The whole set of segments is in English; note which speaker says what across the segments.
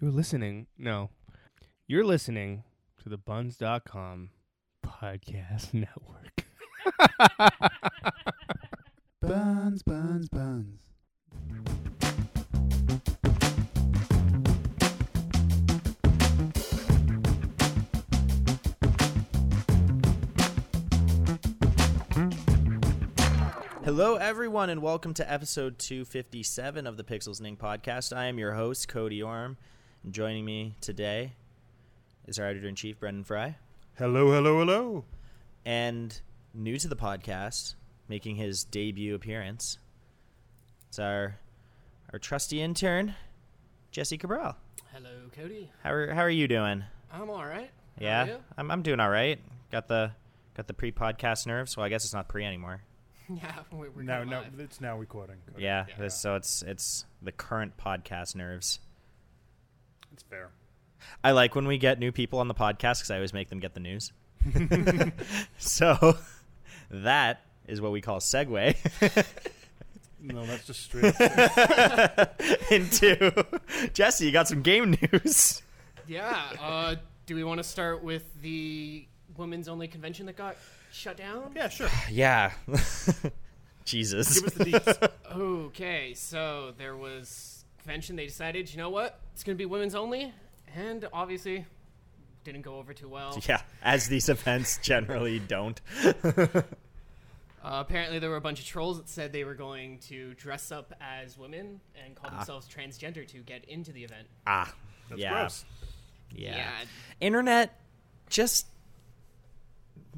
Speaker 1: You're listening. No. You're listening to the buns.com podcast network.
Speaker 2: Buns, buns, buns.
Speaker 3: Hello, everyone, and welcome to episode 257 of the Pixels and Ink podcast. I am your host, Cody Orm. And joining me today is our editor in chief, Brendan Fry.
Speaker 4: Hello, hello, hello.
Speaker 3: And new to the podcast, making his debut appearance, it's our, our trusty intern, Jesse Cabral.
Speaker 5: Hello, Cody.
Speaker 3: How are, how are you doing?
Speaker 5: I'm all right. How are
Speaker 3: Yeah,
Speaker 5: you?
Speaker 3: I'm, I'm doing all right. Got the got the pre-podcast nerves. Well, I guess it's not pre anymore.
Speaker 5: Yeah, we're, we're
Speaker 4: No,
Speaker 5: kinda
Speaker 4: no,
Speaker 5: live.
Speaker 4: it's now recording.
Speaker 3: Yeah,
Speaker 5: Yeah.
Speaker 3: this- so it's it's the current podcast nerves.
Speaker 4: It's fair.
Speaker 3: I like when we get new people on the podcast because I always make them get the news. so that is what we call segue
Speaker 4: No, that's just straight.
Speaker 3: into Jesse. You got some game news.
Speaker 5: Yeah. Uh, do we want to start with the women's only convention that got shut down?
Speaker 4: yeah, sure.
Speaker 3: Yeah. Jesus.
Speaker 4: Give us the deets.
Speaker 5: Okay. So there was convention. They decided, you know what? It's going to be women's only, and obviously, didn't go over too well.
Speaker 3: Yeah, as these events generally don't.
Speaker 5: Uh, apparently, there were a bunch of trolls that said they were going to dress up as women and call themselves transgender to get into the event.
Speaker 3: Ah.
Speaker 4: That's
Speaker 3: yeah.
Speaker 4: gross.
Speaker 3: yeah. Internet, just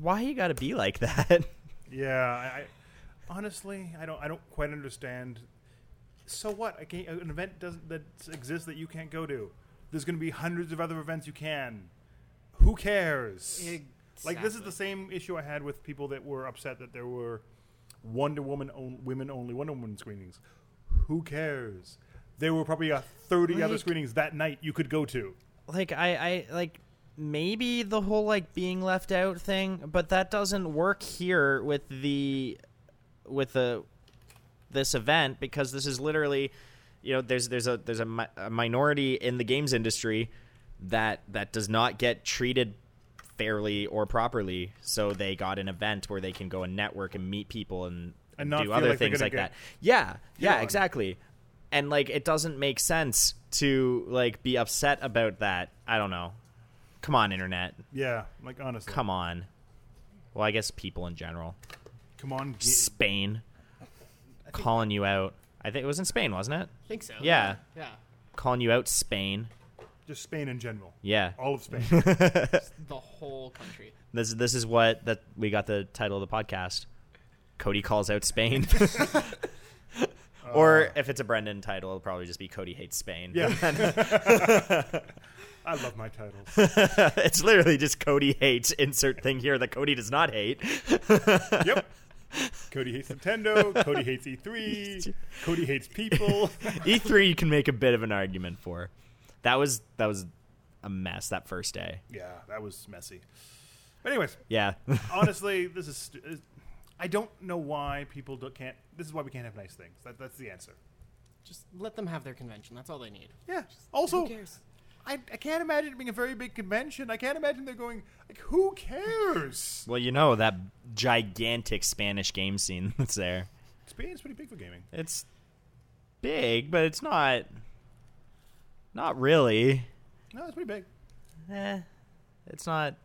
Speaker 3: why you gotta be like that?
Speaker 4: Yeah, I, I honestly, I don't, I don't quite understand. So what? A ga- an event doesn't that exists that you can't go to. There's going to be hundreds of other events you can. Who cares? Like this is the
Speaker 5: Exactly.
Speaker 4: same issue I had with people that were upset that there were Wonder Woman on, women only Wonder Woman screenings. Who cares? There were probably a thirty other
Speaker 3: Like-
Speaker 4: screenings that night you could go to.
Speaker 3: like I, I like maybe the whole like being left out thing, but that doesn't work here with the with the this event because this is literally you know there's there's a there's a, mi- a minority in the games industry that that does not get treated fairly or properly so they got an event where they can go and network and meet people and,
Speaker 4: And not
Speaker 3: do
Speaker 4: feel
Speaker 3: other
Speaker 4: like they're
Speaker 3: things
Speaker 4: gonna
Speaker 3: like
Speaker 4: get
Speaker 3: that yeah yeah
Speaker 4: on.
Speaker 3: exactly and like it doesn't make sense to like be upset about that i don't know come on internet
Speaker 4: Yeah, like honestly,
Speaker 3: come on well i guess people in general
Speaker 4: come on, ge-
Speaker 3: spain calling you out i think it was in spain wasn't it
Speaker 5: I think so.
Speaker 3: Yeah.
Speaker 5: Yeah.
Speaker 3: calling you out spain
Speaker 4: just Spain in general.
Speaker 3: yeah
Speaker 4: All of Spain.
Speaker 5: The whole country.
Speaker 3: this this is what that we got the title of the podcast cody calls out spain or if it's a brendan title it'll probably just be cody hates spain
Speaker 4: Uh. yeah, I love my titles.
Speaker 3: it's literally just Cody hates. Insert thing here that Cody does not hate.
Speaker 4: Yep. Cody hates Nintendo. Cody hates E3. Cody hates people.
Speaker 3: E3 E you can make a bit of an argument for. That was that was a mess that first day.
Speaker 4: yeah, that was messy. But anyways,
Speaker 3: Yeah,
Speaker 4: honestly, this is. St- is- I don't know why people do can't. This is why we can't have nice things. That, that's the answer.
Speaker 5: Just let them have their convention. That's all they need.
Speaker 4: Yeah. Also,
Speaker 5: Who cares?
Speaker 4: I, I can't imagine it being a very big convention. I can't imagine they're going like, who cares?
Speaker 3: well you know that gigantic Spanish game scene that's there.
Speaker 4: Spain's pretty big for gaming.
Speaker 3: It's big, but it's not not really.
Speaker 4: No, it's pretty big.
Speaker 3: Eh, it's not.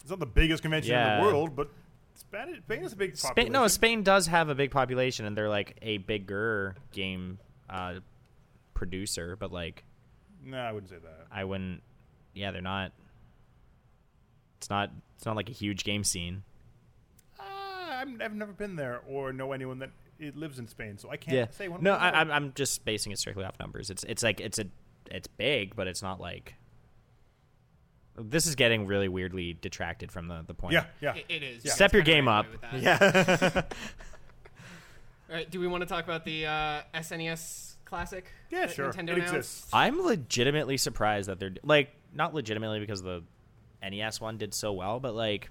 Speaker 4: It's not the biggest convention in
Speaker 3: Yeah.
Speaker 4: the world, but Spanish, Spain is a big.
Speaker 3: Spain, no, Spain does have a big population, and they're like a bigger game uh, producer, but like
Speaker 4: no, I wouldn't say that.
Speaker 3: I wouldn't. Yeah, they're not. It's not. It's not like a huge game scene.
Speaker 4: Uh, I'm, I've never been there or know anyone that it lives in Spain, so I can't say one.
Speaker 3: No,
Speaker 4: way or the
Speaker 3: I,
Speaker 4: other.
Speaker 3: I'm. I'm just basing it strictly off numbers. It's. It's like it's a. It's big, but it's not like. This is getting really weirdly detracted from the the point.
Speaker 4: Yeah, yeah.
Speaker 5: It- it is.
Speaker 4: Yeah.
Speaker 3: Step your
Speaker 5: Kinda
Speaker 3: game
Speaker 5: right
Speaker 3: up.
Speaker 5: away with that.
Speaker 3: Yeah.
Speaker 5: All right. Do we want to talk about the uh, SNES Classic?
Speaker 4: Yeah,
Speaker 5: that
Speaker 4: sure.
Speaker 5: Nintendo
Speaker 4: it
Speaker 5: announced?
Speaker 4: exists.
Speaker 3: I'm legitimately surprised that they're like not legitimately because the NES one did so well, but like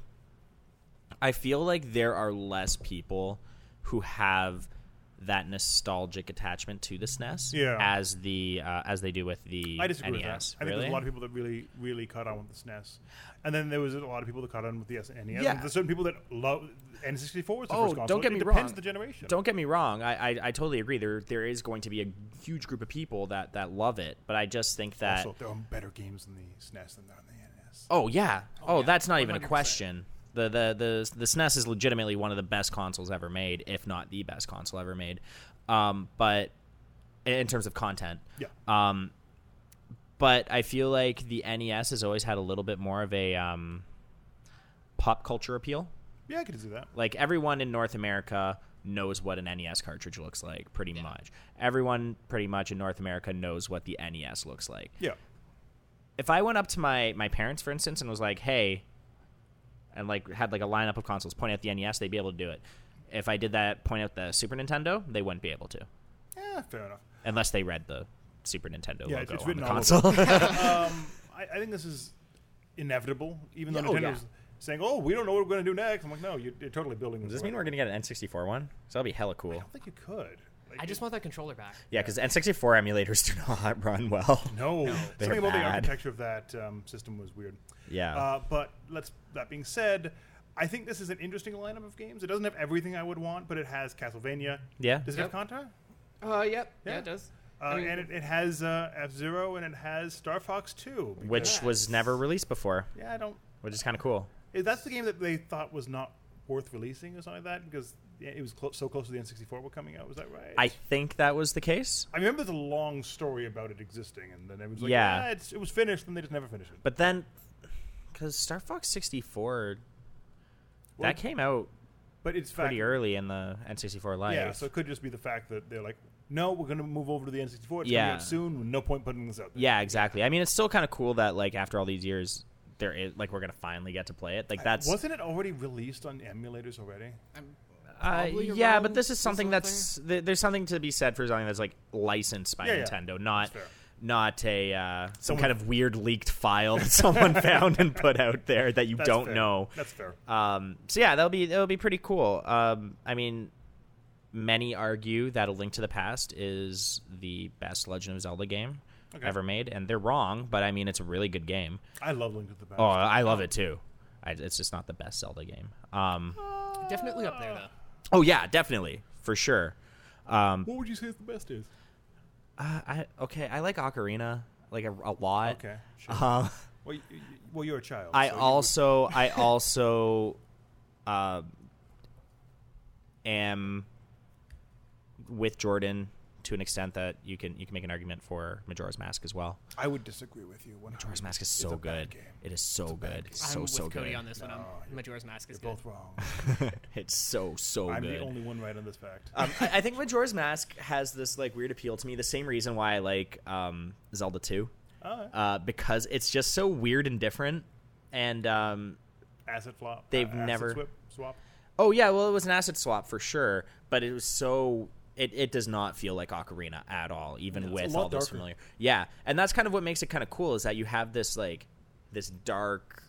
Speaker 3: I feel like there are less people who have that nostalgic attachment to the SNES
Speaker 4: Yeah.
Speaker 3: as the uh, as they do with the
Speaker 4: I
Speaker 3: NES.
Speaker 4: disagree with that. I think
Speaker 3: E Really?
Speaker 4: there's a lot of people that really, really caught on with the SNES, and then there was a lot of people that caught on with the SNES.
Speaker 3: Yeah.
Speaker 4: There's certain people that love N64 was the
Speaker 3: Oh,
Speaker 4: first console.
Speaker 3: don't get
Speaker 4: It
Speaker 3: me
Speaker 4: depends
Speaker 3: wrong.
Speaker 4: the generation.
Speaker 3: Don't get me wrong. I, I, I totally agree. There there is going to be a huge group of people that, that love it, but I just think that
Speaker 4: also there are better games in the SNES than there are in the E NES.
Speaker 3: oh yeah oh,
Speaker 5: yeah.
Speaker 3: that's not even a
Speaker 5: 100%.
Speaker 3: question. The, the the the SNES is legitimately one of the best consoles ever made, if not the best console ever made. Um, but in terms of content,
Speaker 4: Yeah,
Speaker 3: Um, but I feel like the NES has always had a little bit more of a um, pop culture appeal.
Speaker 4: yeah, I could see that.
Speaker 3: Like everyone in North America knows what an NES cartridge looks like, pretty much. Everyone, pretty much in North America, knows what the NES looks like.
Speaker 4: Yeah,
Speaker 3: If I went up to my my parents, for instance, and was like, "Hey," and like had like a lineup of consoles, point out the NES, they'd be able to do it. If I did that, point out the Super Nintendo, they wouldn't be able to,
Speaker 4: yeah, fair enough.
Speaker 3: unless they read the Super Nintendo
Speaker 4: Yeah,
Speaker 3: logo
Speaker 4: it's- it's
Speaker 3: on the
Speaker 4: written all over.
Speaker 3: console.
Speaker 4: um, I, I think this is inevitable, even though
Speaker 3: Yeah, oh,
Speaker 4: Nintendo's
Speaker 3: yeah.
Speaker 4: saying, "Oh, we don't know what we're going to do next." I'm like, "No, you're, you're totally building."
Speaker 3: Does this mean we're gonna get an N64 one? Because that'll be hella
Speaker 4: I
Speaker 3: cool.
Speaker 4: don't think you could. Like,
Speaker 5: I just want that controller back.
Speaker 3: Yeah, because N64 emulators do not run well.
Speaker 4: no.
Speaker 3: They're
Speaker 4: Something about the
Speaker 3: bad.
Speaker 4: architecture of that um, system was weird.
Speaker 3: Yeah.
Speaker 4: Uh, but let's. That being said, I think this is an interesting lineup of games. It doesn't have everything I would want, but it has Castlevania.
Speaker 3: yeah.
Speaker 4: Does it have
Speaker 5: Yep.
Speaker 4: Contra?
Speaker 5: Uh, yep, yeah,
Speaker 4: Yeah.
Speaker 5: it does.
Speaker 4: Uh,
Speaker 5: I mean-
Speaker 4: and it, it has uh, F Zero, and it has Star Fox Two. because-
Speaker 3: Which was never released before,
Speaker 4: yeah, I don't.
Speaker 3: which is kind of cool.
Speaker 4: Is that's the game that they thought was not worth releasing or something like that because yeah, it was clo- so close to the N64 were coming out. Was that right?
Speaker 3: I think that was the case.
Speaker 4: I remember the long story about it existing, and then it was like,
Speaker 3: Yeah.
Speaker 4: yeah, it's, it was finished, and they just never finished it.
Speaker 3: But then, because Star Fox 64,
Speaker 4: Well,
Speaker 3: that came out
Speaker 4: But it's fact,
Speaker 3: pretty early in the N64 life.
Speaker 4: yeah. So it could just be the fact that they're like, no, we're going to move over to the N64. It's coming
Speaker 3: Yeah.
Speaker 4: out soon. No point putting this out. There.
Speaker 3: Yeah, exactly. I mean, it's still kind of cool that like after all these years, there is like we're gonna finally get to play it. Like that's
Speaker 4: Wasn't it already released on emulators already?
Speaker 5: I'm
Speaker 3: Uh,
Speaker 5: probably
Speaker 3: yeah,
Speaker 5: around
Speaker 3: but this is
Speaker 5: this
Speaker 3: something
Speaker 5: whole
Speaker 3: that's th- there's something to be said for something that's like licensed by
Speaker 4: Yeah, yeah.
Speaker 3: Nintendo, not
Speaker 4: fair.
Speaker 3: not a uh, some
Speaker 4: Someone-
Speaker 3: kind of weird leaked file that someone found and put out there that you
Speaker 4: That's
Speaker 3: don't
Speaker 4: fair.
Speaker 3: know.
Speaker 4: That's fair.
Speaker 3: Um, so yeah, that'll be that'll be pretty cool. Um, I mean, many argue that A Link to the Past is the best Legend of Zelda game
Speaker 4: Okay.
Speaker 3: ever made, and they're wrong. But I mean, it's a really good game.
Speaker 4: I love Link to the Past.
Speaker 3: Oh, I love it too. I, it's just not the best Zelda game. Um,
Speaker 5: definitely up there though.
Speaker 3: oh yeah, definitely for sure. Um,
Speaker 4: what would you say is the best is?
Speaker 3: Uh, I okay. I like Ocarina like a, a lot.
Speaker 4: Okay, sure.
Speaker 3: Uh,
Speaker 4: Well, you, you- well, you're a child.
Speaker 3: I
Speaker 4: so you would-
Speaker 3: also I also uh, am with Jordan to an extent that you can you can make an argument for Majora's Mask as well.
Speaker 4: I would disagree with you.
Speaker 3: Majora's
Speaker 4: Majora's
Speaker 3: Mask is so
Speaker 4: it's a
Speaker 3: good.
Speaker 4: bad game.
Speaker 3: It is so good. So
Speaker 5: I'm with
Speaker 3: so
Speaker 5: Cody
Speaker 3: good.
Speaker 5: on this one.
Speaker 4: No,
Speaker 5: I'm,
Speaker 4: you're-
Speaker 5: Majora's Mask is
Speaker 4: You're
Speaker 5: good.
Speaker 4: both wrong.
Speaker 3: It's so so
Speaker 4: I'm
Speaker 3: good.
Speaker 4: the only one right on this fact.
Speaker 3: um, I, I think Majora's Mask has this like weird appeal to me. The same reason why I like um, Zelda Two.
Speaker 4: Alright.
Speaker 3: uh, because it's just so weird and different. And um,
Speaker 4: Acid flop.
Speaker 3: they've
Speaker 4: uh, acid
Speaker 3: never-
Speaker 4: swip- swap.
Speaker 3: oh yeah, well it was an acid swap for sure, but it was so it, it does not feel like Ocarina at all, even
Speaker 4: it's a
Speaker 3: with
Speaker 4: lot
Speaker 3: all those
Speaker 4: darker.
Speaker 3: familiar. Yeah, and that's kind of what makes it kind of cool is that you have this like this dark,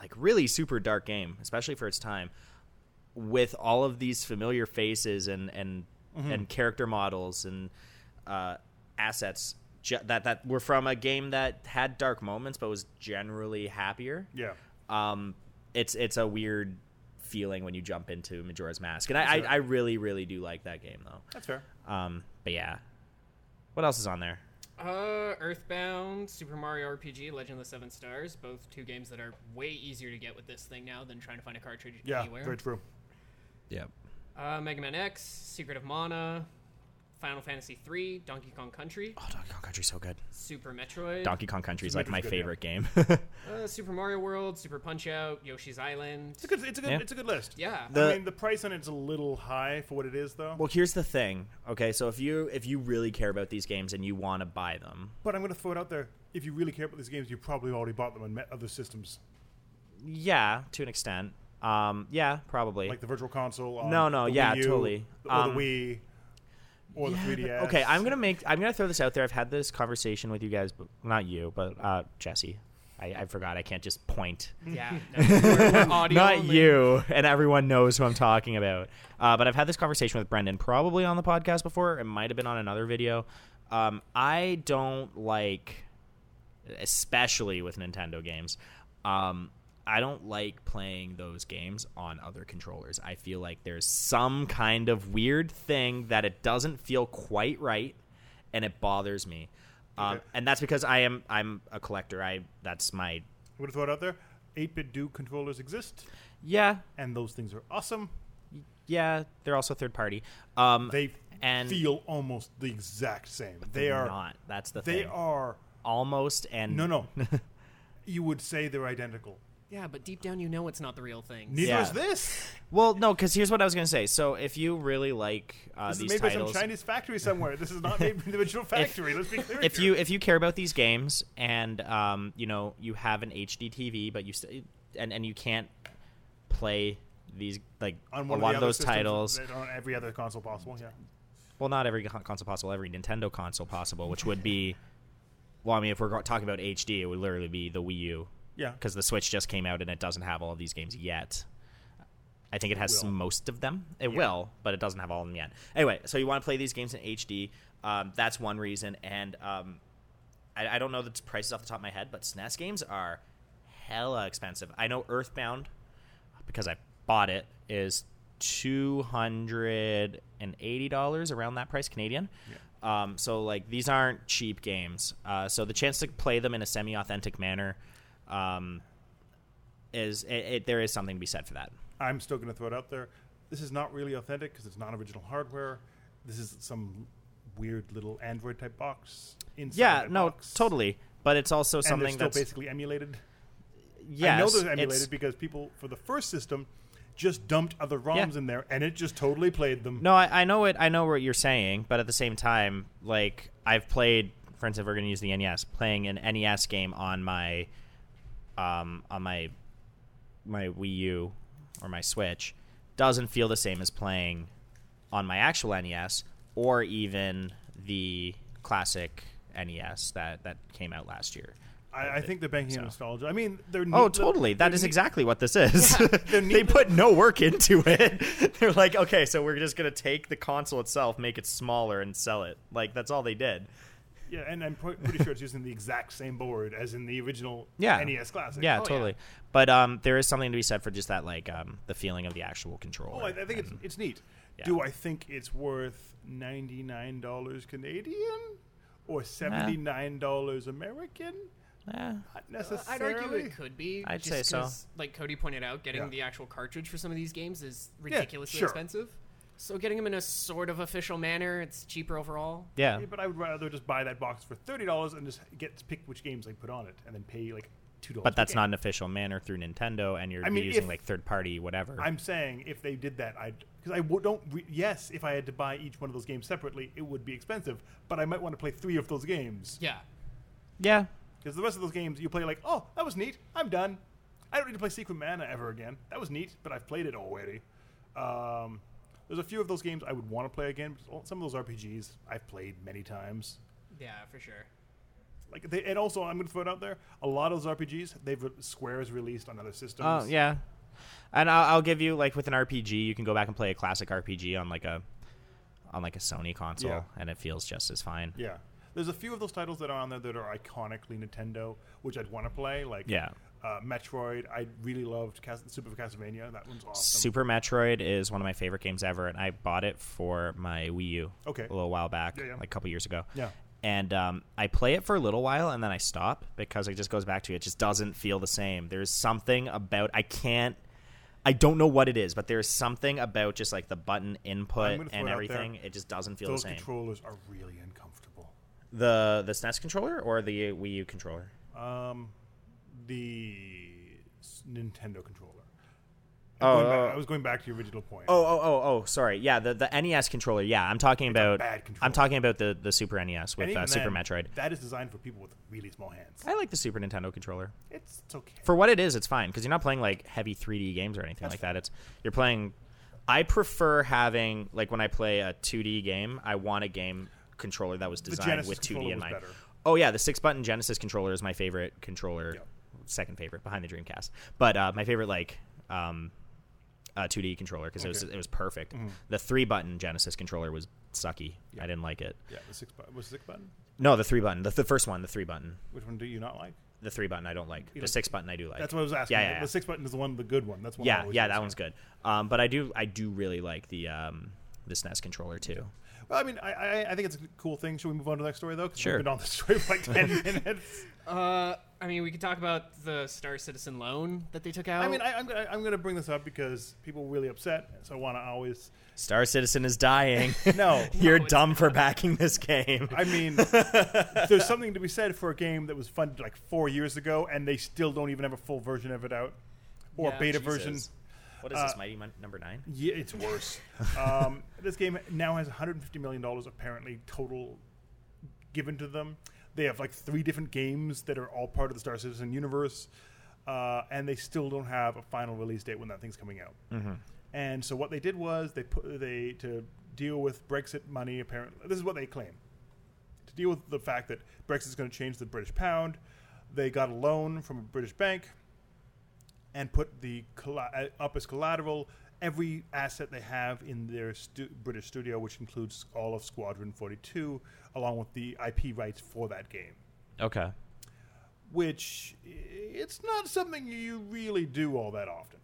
Speaker 3: like really super dark game, especially for its time, with all of these familiar faces and and
Speaker 4: Mm-hmm.
Speaker 3: and character models and uh, assets. Ju- that that were from a game that had dark moments but was generally happier
Speaker 4: Yeah.
Speaker 3: um, it's it's a weird feeling when you jump into Majora's Mask, and I, I, I really really do like that game though.
Speaker 4: That's fair.
Speaker 3: Um, but yeah, what else is on there?
Speaker 5: Uh, Earthbound, Super Mario RPG, Legend of the Seven Stars, both two games that are way easier to get with this thing now than trying to find a cartridge
Speaker 4: Yeah.
Speaker 5: anywhere.
Speaker 4: Very true.
Speaker 3: Yeah,
Speaker 5: Uh, Mega Man X, Secret of Mana, Final Fantasy III, Donkey Kong Country,
Speaker 3: oh Donkey Kong Country's so good.
Speaker 5: Super Metroid,
Speaker 3: Donkey Kong Country is like my
Speaker 4: Metroid's
Speaker 3: favorite
Speaker 4: good,
Speaker 3: game.
Speaker 5: uh, Super Mario World, Super Punch Out, Yoshi's Island.
Speaker 4: It's a good. It's a good.
Speaker 3: Yeah.
Speaker 4: It's a good list.
Speaker 5: Yeah.
Speaker 3: The-
Speaker 4: I mean, the price on it's a little high for what it is, though.
Speaker 3: well, here's the thing. Okay, so if you if you really care about these games and you want to buy them,
Speaker 4: but I'm going to throw it out there. If you really care about these games, you probably already bought them on me- other systems,
Speaker 3: yeah, to an extent, um, yeah, probably.
Speaker 4: like the Virtual Console. On
Speaker 3: No, no,
Speaker 4: the
Speaker 3: yeah,
Speaker 4: Wii U,
Speaker 3: totally.
Speaker 4: Or
Speaker 3: Um,
Speaker 4: the Wii, or
Speaker 3: Yeah,
Speaker 4: the
Speaker 3: but-
Speaker 4: 3DS.
Speaker 3: Okay, I'm gonna make. I'm gonna throw this out there. I've had this conversation with you guys, but not you, but uh, Jesse, I, I forgot. I can't just point.
Speaker 5: Yeah, no, we're, we're audio
Speaker 3: Not
Speaker 5: only.
Speaker 3: you, and everyone knows who I'm talking about. Uh, but I've had this conversation with Brendan probably on the podcast before. It might have been on another video. Um, I don't like, especially with Nintendo games, um, I don't like playing those games on other controllers. I feel like there's some kind of weird thing that it doesn't feel quite right, and it bothers me. Um,
Speaker 4: Okay.
Speaker 3: And that's because I am I'm a collector. I that's my
Speaker 4: Would have thought out there. 8-bit do controllers exist,
Speaker 3: yeah
Speaker 4: and those things are awesome.
Speaker 3: Yeah, they're also third party. Um,
Speaker 4: They
Speaker 3: and
Speaker 4: feel almost the exact same. They
Speaker 3: they're
Speaker 4: are.
Speaker 3: not. That's the
Speaker 4: They
Speaker 3: thing.
Speaker 4: are.
Speaker 3: almost and
Speaker 4: No, no. you would say they're identical.
Speaker 5: Yeah, but deep down you know it's not the real thing.
Speaker 4: Neither
Speaker 3: Yeah.
Speaker 4: is this.
Speaker 3: Well, no, because here's what I was gonna say. So if you really like uh,
Speaker 4: this is
Speaker 3: these
Speaker 4: made by
Speaker 3: titles,
Speaker 4: some Chinese factory somewhere. This is not made by the original factory. Let's be clear.
Speaker 3: if
Speaker 4: here.
Speaker 3: you if you care about these games and um, you know you have an HD TV, but you st- and and you can't play these like
Speaker 4: on
Speaker 3: a
Speaker 4: one
Speaker 3: lot of
Speaker 4: of, the other
Speaker 3: those
Speaker 4: systems
Speaker 3: titles
Speaker 4: that are on every other console possible. Yeah.
Speaker 3: well, not every con- console possible, every Nintendo console possible, which would be, well, I mean, if we're go- talking about HD, it would literally be the Wii U.
Speaker 4: Yeah.
Speaker 3: Because the Switch just came out and it doesn't have all of these games yet. I think it has
Speaker 4: will.
Speaker 3: most of them. It will, but it doesn't have all of them yet. Anyway, so you want to play these games in HD. Um, that's one reason. And um, I, I don't know the t- prices off the top of my head, but SNES games are hella expensive. I know Earthbound, because I bought it, is two hundred and eighty dollars around that price Canadian. Um, so like these aren't cheap games. Uh, so the chance to play them in a semi-authentic manner um, is it, it, there is something to be said for that.
Speaker 4: I'm still going to throw it out there. This is not really authentic because it's not original hardware. This is some weird little Android type box. Inside
Speaker 3: yeah,
Speaker 4: that
Speaker 3: no,
Speaker 4: box.
Speaker 3: totally. But it's also
Speaker 4: And they're
Speaker 3: something
Speaker 4: still
Speaker 3: that's
Speaker 4: basically emulated.
Speaker 3: yes,
Speaker 4: I know they're
Speaker 3: it's-
Speaker 4: emulated because people for the first system just dumped other ROMs in there and it just totally played them.
Speaker 3: No, I, I know it. I know what you're saying, but at the same time, like I've played, for instance, if we're going to use the NES, playing an NES game on my, um, on my, my Wii U or my Switch, doesn't feel the same as playing on my actual NES or even the classic NES that that came out last year.
Speaker 4: I, I think they're banking on nostalgia. I mean, they're neat
Speaker 3: Oh,
Speaker 4: little-
Speaker 3: totally.
Speaker 4: they're
Speaker 3: That is
Speaker 4: neat-
Speaker 3: exactly what this is.
Speaker 4: They're neat
Speaker 3: they put no work into it. They're like, okay, so we're just going to take the console itself, make it smaller, and sell it. Like, that's all they did.
Speaker 4: Yeah, and I'm pr- pretty sure it's using the exact same board as in the original
Speaker 3: Yeah.
Speaker 4: NES Classic.
Speaker 3: Yeah,
Speaker 5: Oh, yeah.
Speaker 3: totally. But um, there is something to be said for just that, like, um, the feeling of the actual controller.
Speaker 4: Oh, I, I think it's
Speaker 3: and-
Speaker 4: it's neat.
Speaker 3: yeah.
Speaker 4: Do I think it's worth ninety nine dollars Canadian or seventy nine dollars American?
Speaker 3: Eh,
Speaker 4: Not
Speaker 5: Uh, I'd
Speaker 4: necessarily.
Speaker 5: argue it could be.
Speaker 3: I'd
Speaker 5: just
Speaker 3: say so.
Speaker 5: 'cause, Like Cody pointed out, getting
Speaker 4: Yeah.
Speaker 5: the actual cartridge for some of these games is ridiculously
Speaker 4: sure.
Speaker 5: expensive. So getting them in a sort of official manner, it's cheaper overall.
Speaker 3: yeah.
Speaker 4: Yeah, But I would rather just buy that box for thirty dollars and just get to pick which games I put on it, and then pay like two dollars.
Speaker 3: But that's not an official manner through Nintendo, and you're
Speaker 4: I mean,
Speaker 3: using,
Speaker 4: if-
Speaker 3: like, third party, whatever.
Speaker 4: I'm saying if they did that, I'd because I w- don't. Re- yes, if I had to buy each one of those games separately, it would be expensive. But I might want to play three of those games
Speaker 5: Yeah.
Speaker 3: yeah.
Speaker 4: because the rest of those games you play like, oh, that was neat. I'm done. I don't need to play Secret Mana ever again. That was neat, but I've played it already. Um, there's a few of those games I would want to play again. but Some of those RPGs I've played many times.
Speaker 5: Yeah, for sure.
Speaker 4: Like they, and also I'm going to throw it out there. A lot of those RPGs they've re- Square's released on other systems.
Speaker 3: Oh yeah, and I'll, I'll give you like with an RPG, you can go back and play a classic RPG on like a on like a Sony console,
Speaker 4: Yeah.
Speaker 3: and it feels just as fine.
Speaker 4: Yeah. There's a few of those titles that are on there that are iconically Nintendo, which I'd want to play. Like
Speaker 3: Yeah.
Speaker 4: uh, Metroid. I really loved Cas- Super Castlevania. That one's awesome.
Speaker 3: Super Metroid is one of my favorite games ever, and I bought it for my Wii U
Speaker 4: Okay.
Speaker 3: a little while back,
Speaker 4: Yeah, yeah.
Speaker 3: like a couple years ago.
Speaker 4: Yeah.
Speaker 3: And um, I play it for a little while, and then I stop because it just goes back to it just doesn't feel the same. There's something about I can't. I don't know what it is, but there's something about just like the button
Speaker 4: I'm
Speaker 3: input
Speaker 4: gonna throw
Speaker 3: and
Speaker 4: it out there.
Speaker 3: everything. It just doesn't feel
Speaker 4: Those
Speaker 3: the same.
Speaker 4: controllers are really uncomfortable.
Speaker 3: The the SNES controller or the Wii U controller?
Speaker 4: Um, the s- Nintendo controller.
Speaker 3: Oh,
Speaker 4: Going
Speaker 3: oh,
Speaker 4: back- I was going back to your original point.
Speaker 3: Oh, oh, oh, oh, sorry. Yeah, the, the NES controller. Yeah, I'm talking about
Speaker 4: bad
Speaker 3: I'm
Speaker 4: controller.
Speaker 3: talking about the, the Super NES
Speaker 4: And
Speaker 3: with uh,
Speaker 4: even
Speaker 3: Super
Speaker 4: then,
Speaker 3: Metroid.
Speaker 4: That is designed for people with really small hands.
Speaker 3: I like the Super Nintendo controller.
Speaker 4: It's, it's okay.
Speaker 3: For what it is, it's fine because you're not playing like heavy 3D games or anything like that. It's you're playing I prefer having like when I play a 2D game, I want a game controller that was designed
Speaker 4: Genesis
Speaker 3: with 2D
Speaker 4: controller
Speaker 3: in
Speaker 4: was
Speaker 3: mind.
Speaker 4: better.
Speaker 3: Oh yeah, the 6-button Genesis controller is my favorite controller
Speaker 4: Yep.
Speaker 3: second favorite behind the Dreamcast. But uh, my favorite like um, uh, 2D controller because it was
Speaker 4: Okay. Mm-hmm.
Speaker 3: it was perfect. The three button Genesis controller was sucky. I didn't like it.
Speaker 4: Yeah, the six button. Was the six button?
Speaker 3: No, the three button, the, the first one, the three button,
Speaker 4: Which one do you not like?
Speaker 3: the three button I don't like. the
Speaker 4: You don't-
Speaker 3: six button I do like.
Speaker 4: That's what I was asking.
Speaker 3: Yeah, yeah, yeah.
Speaker 4: The six button is the one, the good one. That's one. I
Speaker 3: yeah,
Speaker 4: always
Speaker 3: yeah,
Speaker 4: use.
Speaker 3: that one's good. Um, but I do I do really like the um, the SNES controller too.
Speaker 4: Well, I mean, I, I I think it's a cool thing. Should we move on to the next story though? 'Cause
Speaker 3: Sure.
Speaker 4: We've been on this story for like ten minutes.
Speaker 5: Uh, I mean, we could talk about the Star Citizen loan that they took out.
Speaker 4: I mean, I, I'm gonna, I'm going to bring this up because people were really upset, so I want to always
Speaker 3: Star Citizen is dying.
Speaker 4: no.
Speaker 3: You're
Speaker 5: it's
Speaker 3: dumb for backing this game.
Speaker 4: I mean, there's something to be said for a game that was funded like four years ago, and they still don't even have a full version of it out or
Speaker 5: Yeah,
Speaker 4: beta
Speaker 3: Jesus.
Speaker 4: version.
Speaker 3: What is
Speaker 4: Uh,
Speaker 3: this, Mighty Mon- Number Nine?
Speaker 4: Yeah, it's worse. um, this game now has 150 million dollars apparently total given to them. They have like three different games that are all part of the Star Citizen universe, uh, and they still don't have a final release date when that thing's coming out. And so what they did was they put they to deal with Brexit money. Apparently, this is what they claim to deal with the fact that Brexit is going to change the British pound. They got a loan from a British bank and put the colla- uh, up as collateral every asset they have in their stu- British studio, which includes all of Squadron 42, along with the IP rights for that game.
Speaker 3: Okay.
Speaker 4: Which i- it's not something you really do all that often.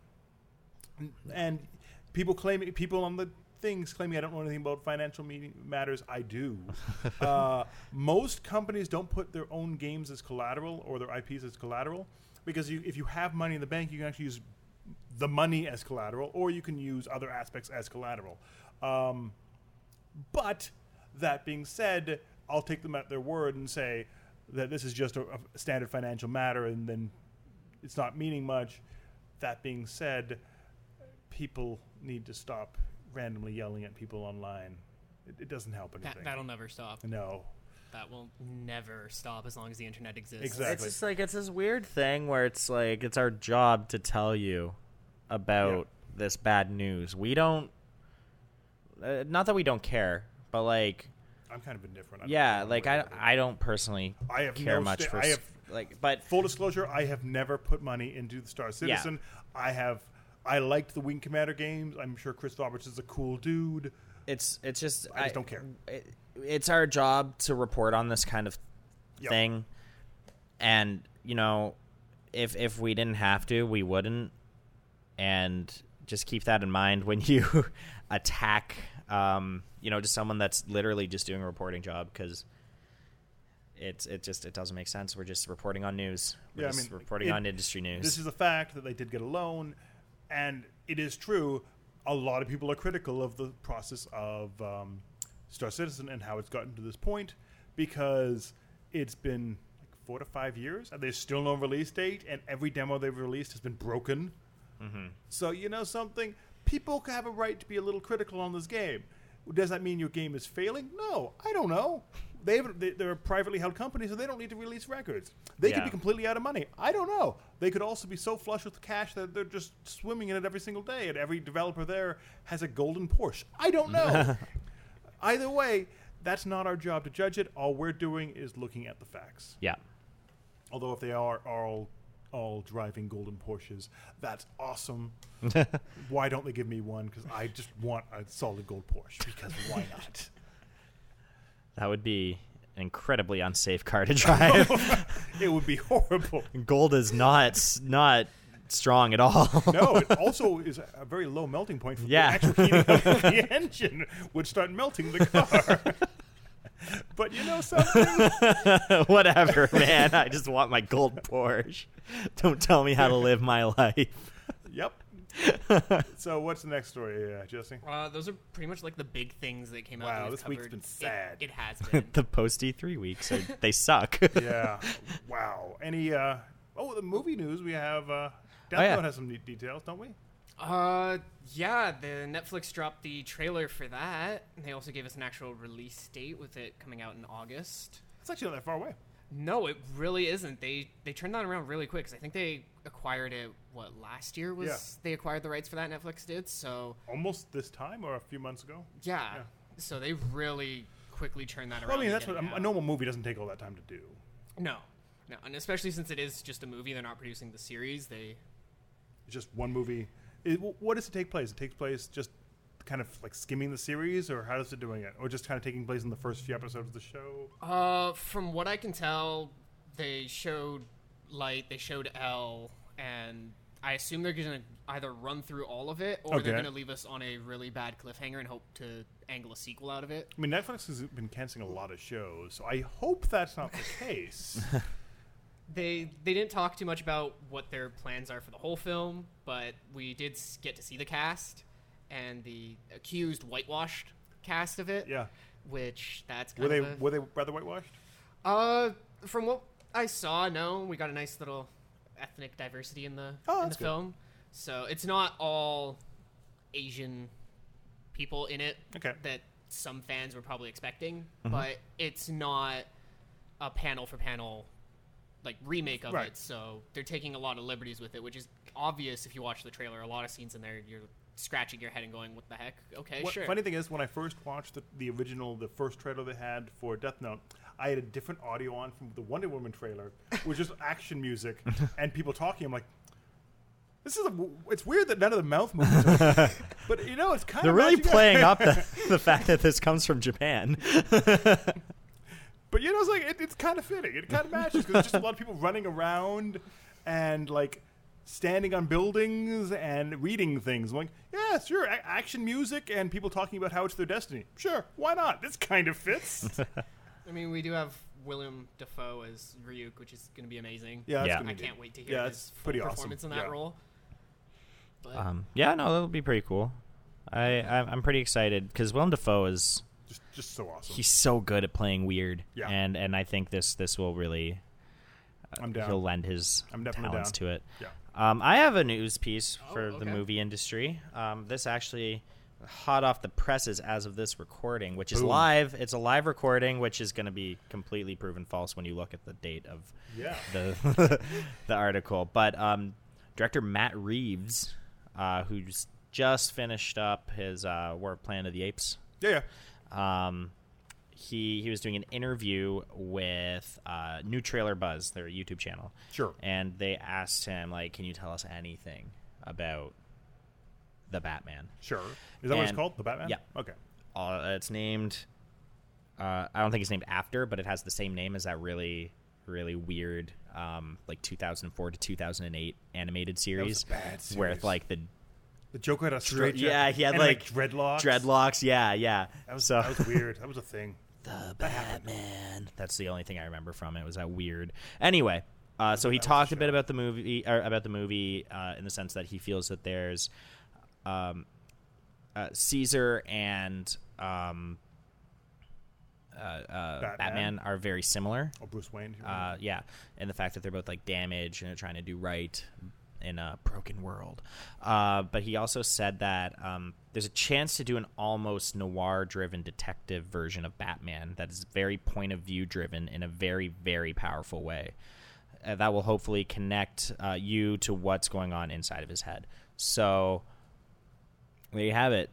Speaker 4: N- And people claim people on the things claiming I don't know anything about financial meeting matters. I do. uh, most companies don't put their own games as collateral or their IPs as collateral because you, if you have money in the bank, you can actually use the money as collateral, or you can use other aspects as collateral. Um, but that being said, I'll take them at their word and say that this is just a, a standard financial matter, and then it's not meaning much. That being said, people need to stop randomly yelling at people online. It, it doesn't help
Speaker 5: that,
Speaker 4: anything.
Speaker 5: that'll never stop.
Speaker 4: no.
Speaker 5: That will never stop as long as the internet exists.
Speaker 4: Exactly.
Speaker 3: It's just like it's this weird thing where it's like it's our job to tell you about this bad news. We don't. Uh, not that we don't care, but like,
Speaker 4: I'm kind of indifferent. I don't
Speaker 3: yeah,
Speaker 4: care
Speaker 3: like I,
Speaker 4: whether-
Speaker 3: I don't personally
Speaker 4: I have
Speaker 3: care
Speaker 4: no
Speaker 3: much
Speaker 4: sta-
Speaker 3: for
Speaker 4: I
Speaker 3: s-
Speaker 4: have-
Speaker 3: like, but
Speaker 4: Full disclosure, I have never put money into the Star Citizen. I have I liked the Wing Commander games. I'm sure Chris Roberts is a cool dude.
Speaker 3: it's it's just
Speaker 4: I just don't care.
Speaker 3: It, it's our job to report on this kind of
Speaker 4: Yep.
Speaker 3: thing, and you know, if if we didn't have to, we wouldn't. And just keep that in mind when you attack, um, you know, just someone that's literally just doing a reporting job because it's it just it doesn't make sense. We're just reporting on news. We're
Speaker 4: Yeah, I
Speaker 3: just
Speaker 4: mean,
Speaker 3: reporting
Speaker 4: it-
Speaker 3: on industry news.
Speaker 4: This is a fact that they did get a loan, and it is true. A lot of people are critical of the process of um, Star Citizen and how it's gotten to this point because it's been like four to five years, and there's still no release date, and every demo they've released has been broken. So you know something, people have a right to be a little critical on this game. Does that mean your game is failing? No, I don't know. They haven't, they- they're a privately held company, so they don't need to release records. They could
Speaker 3: Yeah.
Speaker 4: be completely out of money. I don't know. They could also be so flush with cash that they're just swimming in it every single day, and every developer there has a golden Porsche. I don't know. Either way, that's not our job to judge it. All we're doing is looking at the facts.
Speaker 3: yeah.
Speaker 4: Although if they are, are all all driving golden Porsches, that's awesome. why don't they give me one? Because I just want a solid gold Porsche. Because why not?
Speaker 3: That would be an incredibly unsafe car to drive.
Speaker 4: it would be horrible.
Speaker 3: gold is not not strong at all.
Speaker 4: No, it also is a very low melting point for
Speaker 3: Yeah.
Speaker 4: the actual heating up of the engine would start melting the car. but you know something?
Speaker 3: Whatever, man. I just want my gold Porsche. Don't tell me how to live my life.
Speaker 4: yep. So what's the next story, uh, Jesse?
Speaker 5: Uh, those are pretty much like the big things that came out.
Speaker 4: Wow,
Speaker 5: that we've
Speaker 4: this week's
Speaker 5: covered.
Speaker 4: been
Speaker 5: It-
Speaker 4: sad.
Speaker 5: It, has been.
Speaker 3: The post E three weeks, are, they suck.
Speaker 4: Yeah. Wow. Any? uh Oh, the movie news. We have. uh Death
Speaker 3: Oh, yeah.
Speaker 4: Note has some neat details, don't we?
Speaker 5: uh, yeah, the Netflix dropped the trailer for that. and They also gave us an actual release date with it coming out in August.
Speaker 4: It's actually not that far away.
Speaker 5: No, it really isn't. They they turned that around really quick 'cause I think they acquired it. What last year was
Speaker 4: Yeah.
Speaker 5: they acquired the rights for that? Netflix did so.
Speaker 4: Almost this time or a few months ago.
Speaker 5: Yeah,
Speaker 4: Yeah.
Speaker 5: so they really quickly turned that around.
Speaker 4: Well, I mean,
Speaker 5: and
Speaker 4: that's
Speaker 5: get
Speaker 4: what
Speaker 5: it
Speaker 4: a
Speaker 5: out.
Speaker 4: normal movie doesn't take all that time to do.
Speaker 5: No, No, and especially since it is just a movie, they're not producing the series. They
Speaker 4: It's just one movie. It, wh- what does it take place? It takes place just kind of like skimming the series, or how is it doing it? Or just kind of taking place in the first few episodes of the show?
Speaker 5: Uh, from what I can tell, they showed Light, they showed L, and I assume they're going to either run through all of it or they're
Speaker 4: Okay.
Speaker 5: going to leave us on a really bad cliffhanger and hope to angle a sequel out of it.
Speaker 4: I mean, Netflix has been canceling a lot of shows, so I hope that's not the case.
Speaker 5: They they didn't talk too much about what their plans are for the whole film, but we did s- get to see the cast and the accused whitewashed cast of it.
Speaker 4: yeah.
Speaker 5: Which that's kind
Speaker 4: Were they
Speaker 5: of a-
Speaker 4: were they rather whitewashed?
Speaker 5: Uh, from what I saw, no, we got a nice little ethnic diversity in the
Speaker 4: Oh,
Speaker 5: in the
Speaker 4: that's good.
Speaker 5: film. So it's not all Asian people in it
Speaker 4: Okay. Mm-hmm.
Speaker 5: that some fans were probably expecting, but it's not a panel for panel like remake of
Speaker 4: Right.
Speaker 5: it. So they're taking a lot of liberties with it, which is obvious if you watch the trailer. A lot of scenes in there, you're scratching your head and going, "What the heck?" Okay,
Speaker 4: What-
Speaker 5: sure.
Speaker 4: Funny thing is, when I first watched the, the original, the first trailer they had for Death Note, I had a different audio on from the Wonder Woman trailer, which is action music and people talking. I'm like, this is a, w- it's weird that none of the mouth movements. Are, but you know, it's kind
Speaker 3: They're
Speaker 4: of
Speaker 3: really playing up the, the fact that this comes from Japan.
Speaker 4: But you know, it's like it, it's kind of fitting. It kind of matches because just a lot of people running around and like standing on buildings and reading things. I'm like, yeah, sure, a- action music and people talking about how it's their destiny. Sure, why not? This kind of fits.
Speaker 5: I mean, we do have Willem Dafoe as Ryuk, which is going to be amazing.
Speaker 4: Yeah, that's
Speaker 3: Yeah.
Speaker 4: gonna
Speaker 5: I
Speaker 4: be
Speaker 5: can't
Speaker 4: neat.
Speaker 5: wait to hear
Speaker 4: Yeah,
Speaker 5: his
Speaker 4: it's
Speaker 5: full
Speaker 4: pretty awesome.
Speaker 5: performance in that
Speaker 4: Yeah.
Speaker 5: role. But
Speaker 3: Um, yeah, no, that'll be pretty cool. I, I I'm pretty excited because Willem Dafoe is
Speaker 4: Just, just so awesome.
Speaker 3: he's so good at playing weird,
Speaker 4: Yeah.
Speaker 3: and and I think this this will really
Speaker 4: I'm down.
Speaker 3: he'll lend his
Speaker 4: I'm definitely
Speaker 3: talents
Speaker 4: down.
Speaker 3: to it.
Speaker 4: Yeah.
Speaker 3: Um, I have a news piece
Speaker 5: Oh,
Speaker 3: for the
Speaker 5: okay.
Speaker 3: movie industry. Um, this actually hot off the presses as of this recording, which is
Speaker 4: Boom.
Speaker 3: live. It's a live recording, which is going to be completely proven false when you look at the date of
Speaker 4: Yeah.
Speaker 3: the the article. But um, director Matt Reeves, uh, who's just finished up his uh, War of Planet of the Apes
Speaker 4: Yeah, yeah.
Speaker 3: um, he he was doing an interview with uh, New Trailer Buzz, their YouTube channel.
Speaker 4: Sure.
Speaker 3: And they asked him like, "Can you tell us anything about the Batman?"
Speaker 4: Sure. Is that what it's
Speaker 3: And-
Speaker 4: called? The Batman?
Speaker 3: yeah.
Speaker 4: Okay.
Speaker 3: Uh, it's named. Uh, I don't think it's named after, but it has the same name as that really, really weird, um, like 2004 to 2008 animated series,
Speaker 4: a bad
Speaker 3: where it's
Speaker 4: series.
Speaker 3: like the
Speaker 4: The Joker had a straight
Speaker 3: yeah, he had
Speaker 4: and,
Speaker 3: like,
Speaker 4: dreadlocks.
Speaker 3: dreadlocks, yeah, yeah.
Speaker 4: That was,
Speaker 3: so
Speaker 4: that was weird. That was a thing.
Speaker 3: the Batman. That's the only thing I remember from it. Was that weird? Anyway, uh, so he talked a bit about the movie, or about the movie, uh, in the sense that he feels that there's um, uh, Caesar and um, uh,
Speaker 4: Batman.
Speaker 3: Batman are very similar.
Speaker 4: Oh, Bruce Wayne. you're right.
Speaker 3: Uh, yeah, and the fact that they're both like damaged and are trying to do right in a broken world. Uh, but he also said that um, there's a chance to do an almost noir-driven detective version of Batman that is very point of view driven in a very very powerful way. Uh, that will hopefully connect uh, you to what's going on inside of his head. So there you have it.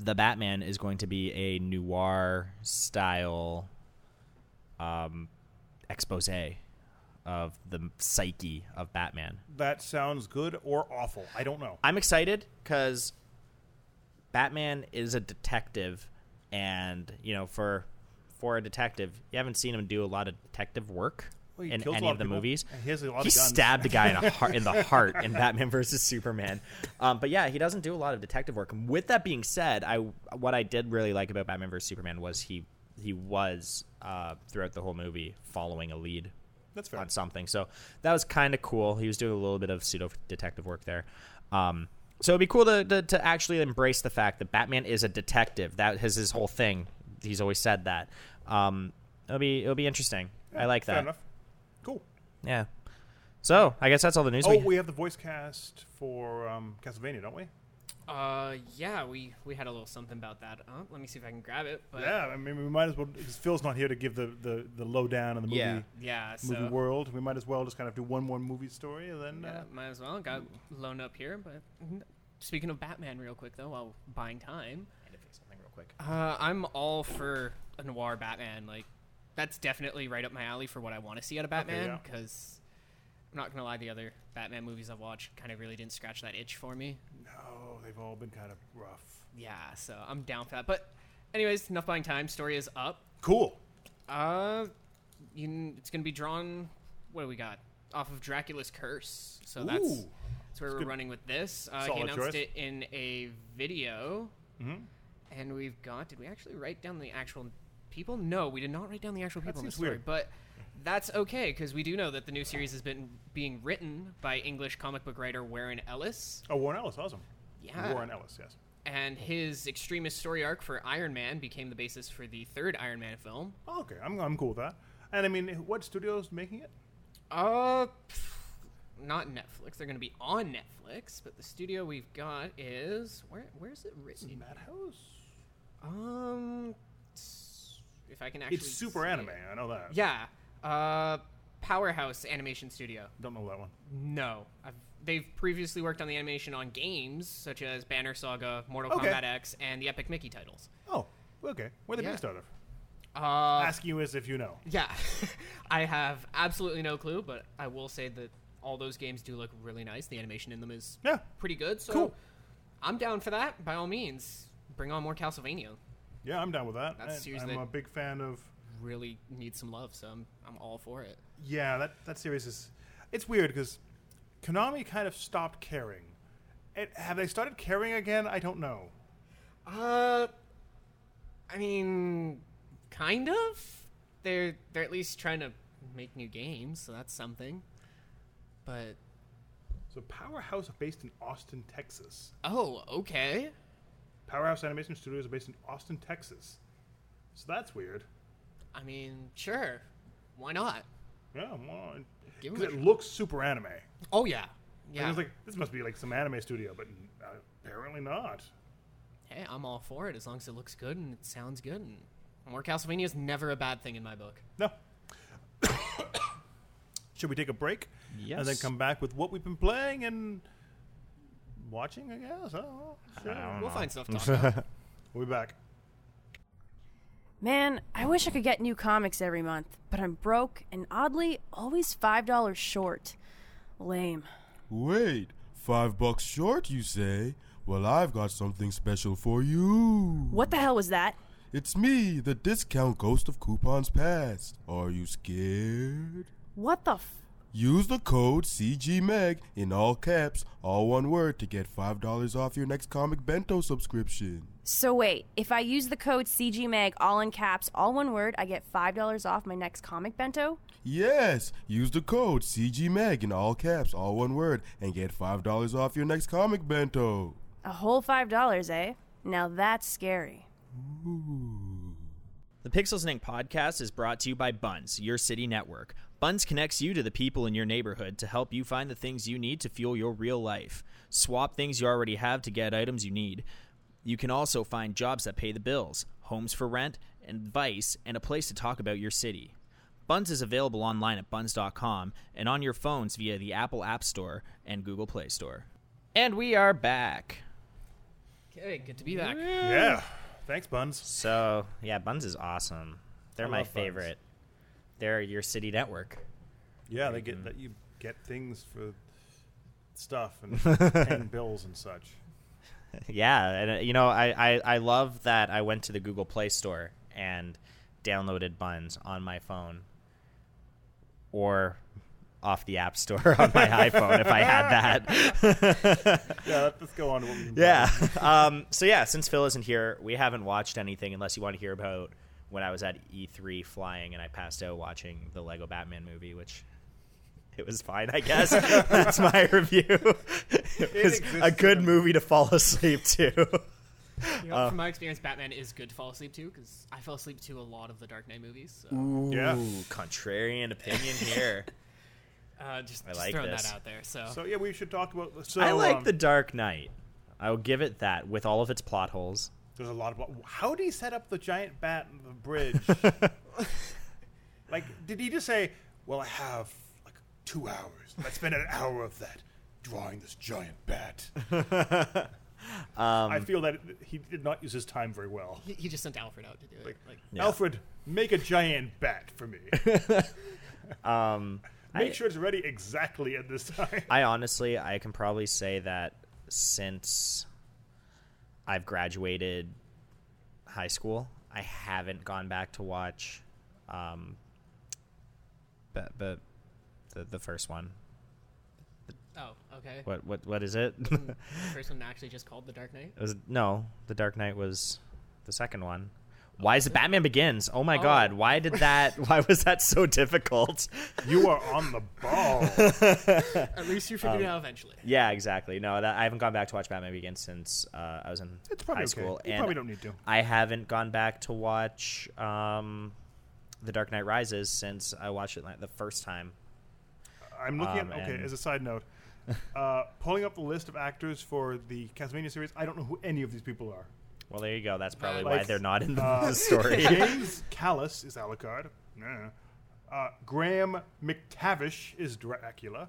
Speaker 3: The Batman is going to be a noir style um, expose of the psyche of Batman.
Speaker 4: that sounds good or awful. I don't know.
Speaker 3: I'm excited because Batman is a detective, and you know, for for a detective, you haven't seen him do a lot of detective work
Speaker 4: Well, he
Speaker 3: in
Speaker 4: kills a
Speaker 3: any
Speaker 4: lot
Speaker 3: of the
Speaker 4: people,
Speaker 3: movies.
Speaker 4: and He has a lot
Speaker 3: He
Speaker 4: of guns.
Speaker 3: stabbed a guy in, a heart, in the heart in Batman versus Superman. Um, but yeah, he doesn't do a lot of detective work. And With that being said, I what I did really like about Batman versus Superman was he he was uh, throughout the whole movie following a lead
Speaker 4: That's fair.
Speaker 3: on something. So that was kind of cool. He was doing a little bit of pseudo detective work there. Um, so it'd be cool to, to, to actually embrace the fact that Batman is a detective. That is his whole thing. He's always said that. Um, it'll be it'll be interesting. I like
Speaker 4: Fair
Speaker 3: that.
Speaker 4: enough. Cool.
Speaker 3: Yeah. So I guess that's all the news.
Speaker 4: Oh,
Speaker 3: we,
Speaker 4: we have the voice cast for um, Castlevania, don't we?
Speaker 5: uh, yeah, we we had a little something about that. Uh, let me see if I can grab it. But
Speaker 4: Yeah, I mean, we might as well. Because Phil's not here to give the, the, the lowdown on the movie
Speaker 3: Yeah.
Speaker 5: yeah, so
Speaker 4: movie world, we might as well just kind of do one more movie story and then.
Speaker 5: yeah,
Speaker 4: Uh,
Speaker 5: might as well got loaned up here. But mhm. speaking of Batman, real quick though, while buying time,
Speaker 3: something real quick.
Speaker 5: uh, I'm all for a noir Batman. Like that's definitely right up my alley for what I want to see out of
Speaker 4: yeah.
Speaker 5: Batman. Because I'm not gonna lie, the other Batman movies I've watched kind of really didn't scratch that itch for me.
Speaker 4: No, Oh, they've all been kind of rough.
Speaker 5: Yeah, so I'm down for that. But, anyways, enough buying time. Story is up.
Speaker 4: Cool.
Speaker 5: Uh, you, kn- it's gonna be drawn. What do we got? Off of Dracula's Curse. So that's
Speaker 4: Ooh.
Speaker 5: that's where we're
Speaker 4: good.
Speaker 5: running with this. Uh, he
Speaker 4: Solid
Speaker 5: announced
Speaker 4: choice.
Speaker 5: it in a video,
Speaker 4: Mm-hmm.
Speaker 5: and we've got. Did we actually write down the actual people? No, we did not write down the actual people in the
Speaker 4: seems
Speaker 5: story.
Speaker 4: weird.
Speaker 5: But that's okay because we do know that the new series has been being written by English comic book writer Warren Ellis.
Speaker 4: Oh, Warren Ellis, awesome.
Speaker 5: Yeah.
Speaker 4: Warren Ellis, yes.
Speaker 5: And his extremist story arc for Iron Man became the basis for the third Iron Man film.
Speaker 4: Oh, okay, I'm, I'm cool with that. And I mean, what studio's making it?
Speaker 5: Uh, pff, not Netflix. They're going to be on Netflix, but the studio we've got is where? Where's it
Speaker 4: Is it
Speaker 5: written?
Speaker 4: Madhouse?
Speaker 5: Um, s- if I can actually,
Speaker 4: It's super
Speaker 5: see
Speaker 4: anime.
Speaker 5: it.
Speaker 4: I know that.
Speaker 5: Yeah. Uh, Powerhouse Animation Studio.
Speaker 4: Don't know that one.
Speaker 5: No, I've, they've previously worked on the animation on games such as Banner Saga, Mortal
Speaker 4: Okay.
Speaker 5: Kombat X, and the Epic Mickey titles.
Speaker 4: Oh, okay. Where they
Speaker 5: Yeah.
Speaker 4: based out of?
Speaker 5: Uh,
Speaker 4: Asking you as if you know.
Speaker 5: Yeah, I have absolutely no clue, but I will say that all those games do look really nice. The animation in them is
Speaker 4: Yeah.
Speaker 5: pretty good. So
Speaker 4: Cool.
Speaker 5: I'm down for that. By all means, bring on more Castlevania.
Speaker 4: Yeah, I'm down with that.
Speaker 5: That's
Speaker 4: I-
Speaker 5: serious
Speaker 4: I'm
Speaker 5: that-
Speaker 4: a big fan of.
Speaker 5: Really needs some love, so I'm, I'm all for it.
Speaker 4: Yeah, that that series is. It's weird because Konami kind of stopped caring. It, have they started caring again? I don't know.
Speaker 5: Uh, I mean, kind of. They're they're at least trying to make new games, so that's something. But
Speaker 4: So Powerhouse are based in Austin, Texas.
Speaker 5: oh, okay.
Speaker 4: Powerhouse Animation Studios are based in Austin, Texas. So that's weird.
Speaker 5: I mean, sure. Why not?
Speaker 4: Yeah, well,
Speaker 5: Give
Speaker 4: 'cause
Speaker 5: 'em a
Speaker 4: it
Speaker 5: tr-
Speaker 4: looks super anime.
Speaker 5: Oh yeah,
Speaker 4: I
Speaker 5: yeah.
Speaker 4: was like, this must be like some anime studio, but uh, apparently not.
Speaker 5: hey, I'm all for it as long as it looks good and it sounds good. And more Castlevania is never a bad thing in my book.
Speaker 4: No. Should we take a break? And then
Speaker 3: Yes.
Speaker 4: come back with what we've been playing and watching, I guess. I don't know. Sure.
Speaker 5: We'll find stuff to talk about.
Speaker 4: We'll be back.
Speaker 6: Man, I wish I could get new comics every month, but I'm broke and oddly always $5 short. Lame.
Speaker 7: Wait, five bucks short, you say? Well, I've got something special for you.
Speaker 6: What the hell was that?
Speaker 7: It's me, the discount ghost of coupons past. Are you scared?
Speaker 6: What the f?
Speaker 7: Use the code CGMEG in all caps, all one word, to get $5 off your next comic bento subscription.
Speaker 6: So wait, if I use the code CGMAG all in caps, all one word, I get $5 off my next comic bento?
Speaker 7: Yes, use the code CGMEG in all caps, all one word, and get $5 off your next comic bento.
Speaker 6: A whole $5, eh? Now that's scary.
Speaker 3: The Pixels and Ink podcast is brought to you by Buns, your city network. Buns connects you to the people in your neighborhood to help you find the things you need to fuel your real life. Swap things you already have to get items you need. You can also find jobs that pay the bills, homes for rent, advice, and a place to talk about your city. Buns is available online at buns.com and on your phones via the Apple App Store and Google Play Store. And we are back.
Speaker 5: Okay, good to be back.
Speaker 4: Yeah. Thanks, Buns.
Speaker 3: So yeah, Buns is awesome. They're
Speaker 4: I
Speaker 3: my
Speaker 4: love Buns.
Speaker 3: favorite. They're your city network.
Speaker 4: Yeah, they get that you get things for stuff and paying bills and such.
Speaker 3: yeah, and uh, you know, I, I I love that I went to the Google Play Store and downloaded Buns on my phone, or off the App Store on my iPhone if I had that.
Speaker 4: Yeah, let- let's go on to what we've been
Speaker 3: Yeah. Um, so yeah, since Phil isn't here, we haven't watched anything unless you want to hear about when I was at E3 flying and I passed out watching the Lego Batman movie, which it was fine, I guess. That's my review. it was
Speaker 4: exists
Speaker 3: a
Speaker 4: in
Speaker 3: good
Speaker 4: a-
Speaker 3: movie to fall asleep to.
Speaker 5: You know, from my experience, Batman is good to fall asleep to because I fell asleep to a lot of the Dark Knight movies. So,
Speaker 4: playing. Yeah.
Speaker 3: Contrarian opinion here.
Speaker 5: uh, just
Speaker 3: I
Speaker 5: just
Speaker 3: like
Speaker 5: throwing
Speaker 3: this.
Speaker 5: that out there. So,
Speaker 4: So yeah, we should talk about. So,
Speaker 3: I like
Speaker 4: um,
Speaker 3: The Dark Knight. I'll give it that with all of its plot holes.
Speaker 4: There's a lot of. How did he set up the giant bat and the bridge? like, did he just say, "Well, I have like two hours. Let's spend an hour of that drawing this giant bat."
Speaker 3: Um,
Speaker 4: I feel that he did not use his time very well.
Speaker 5: He, he just sent Alfred out to do it. Like,
Speaker 4: Alfred, make a giant bat for me. um, make
Speaker 3: Um, I-
Speaker 4: sure it's ready exactly at this time.
Speaker 3: I honestly, I can probably say that since I've graduated high school, I haven't gone back to watch, um, but but the the first one.
Speaker 5: oh, okay.
Speaker 3: What what what is it?
Speaker 5: The first one actually just called The Dark Knight.
Speaker 3: It was no, The Dark Knight was the second one. Why is it Batman Begins? Oh my god, why did that why was that so difficult?
Speaker 4: you are on the ball.
Speaker 5: At least you figured it out eventually.
Speaker 3: yeah, exactly. No, that, I haven't gone back to watch Batman Begins since uh, I was in
Speaker 4: It's probably
Speaker 3: high
Speaker 4: okay.
Speaker 3: school.
Speaker 4: You
Speaker 3: and
Speaker 4: probably don't need to.
Speaker 3: I haven't gone back to watch um, The Dark Knight Rises since I watched it like, the first time.
Speaker 4: I'm looking
Speaker 3: Um,
Speaker 4: at okay.
Speaker 3: and-
Speaker 4: As a side note, uh, pulling up the list of actors for the Castlevania series, I don't know who any of these people are.
Speaker 3: Well, there you go. That's probably why
Speaker 4: Like,
Speaker 3: they're not in the,
Speaker 4: uh,
Speaker 3: the story.
Speaker 4: James Callis is Alucard. Nah. Uh, Graham McTavish is Dracula.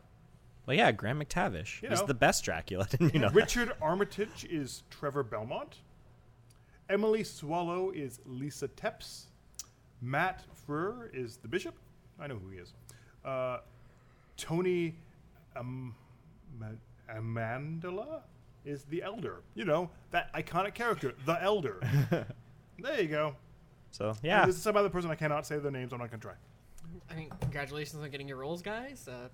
Speaker 3: well, yeah, Graham McTavish
Speaker 4: You
Speaker 3: was
Speaker 4: know.
Speaker 3: the best Dracula. Didn't you know?
Speaker 4: Richard Armitage is Trevor Belmont. Emily Swallow is Lisa Tepps. Matt Freer is the bishop. I know who he is. Uh, Tony um, Ma- Amandala is the elder. You know, that iconic character, the elder. there you go.
Speaker 3: So yeah,
Speaker 4: There's some other person I cannot say their names. I'm not going to try.
Speaker 5: I mean, congratulations on getting your roles, guys. Uh,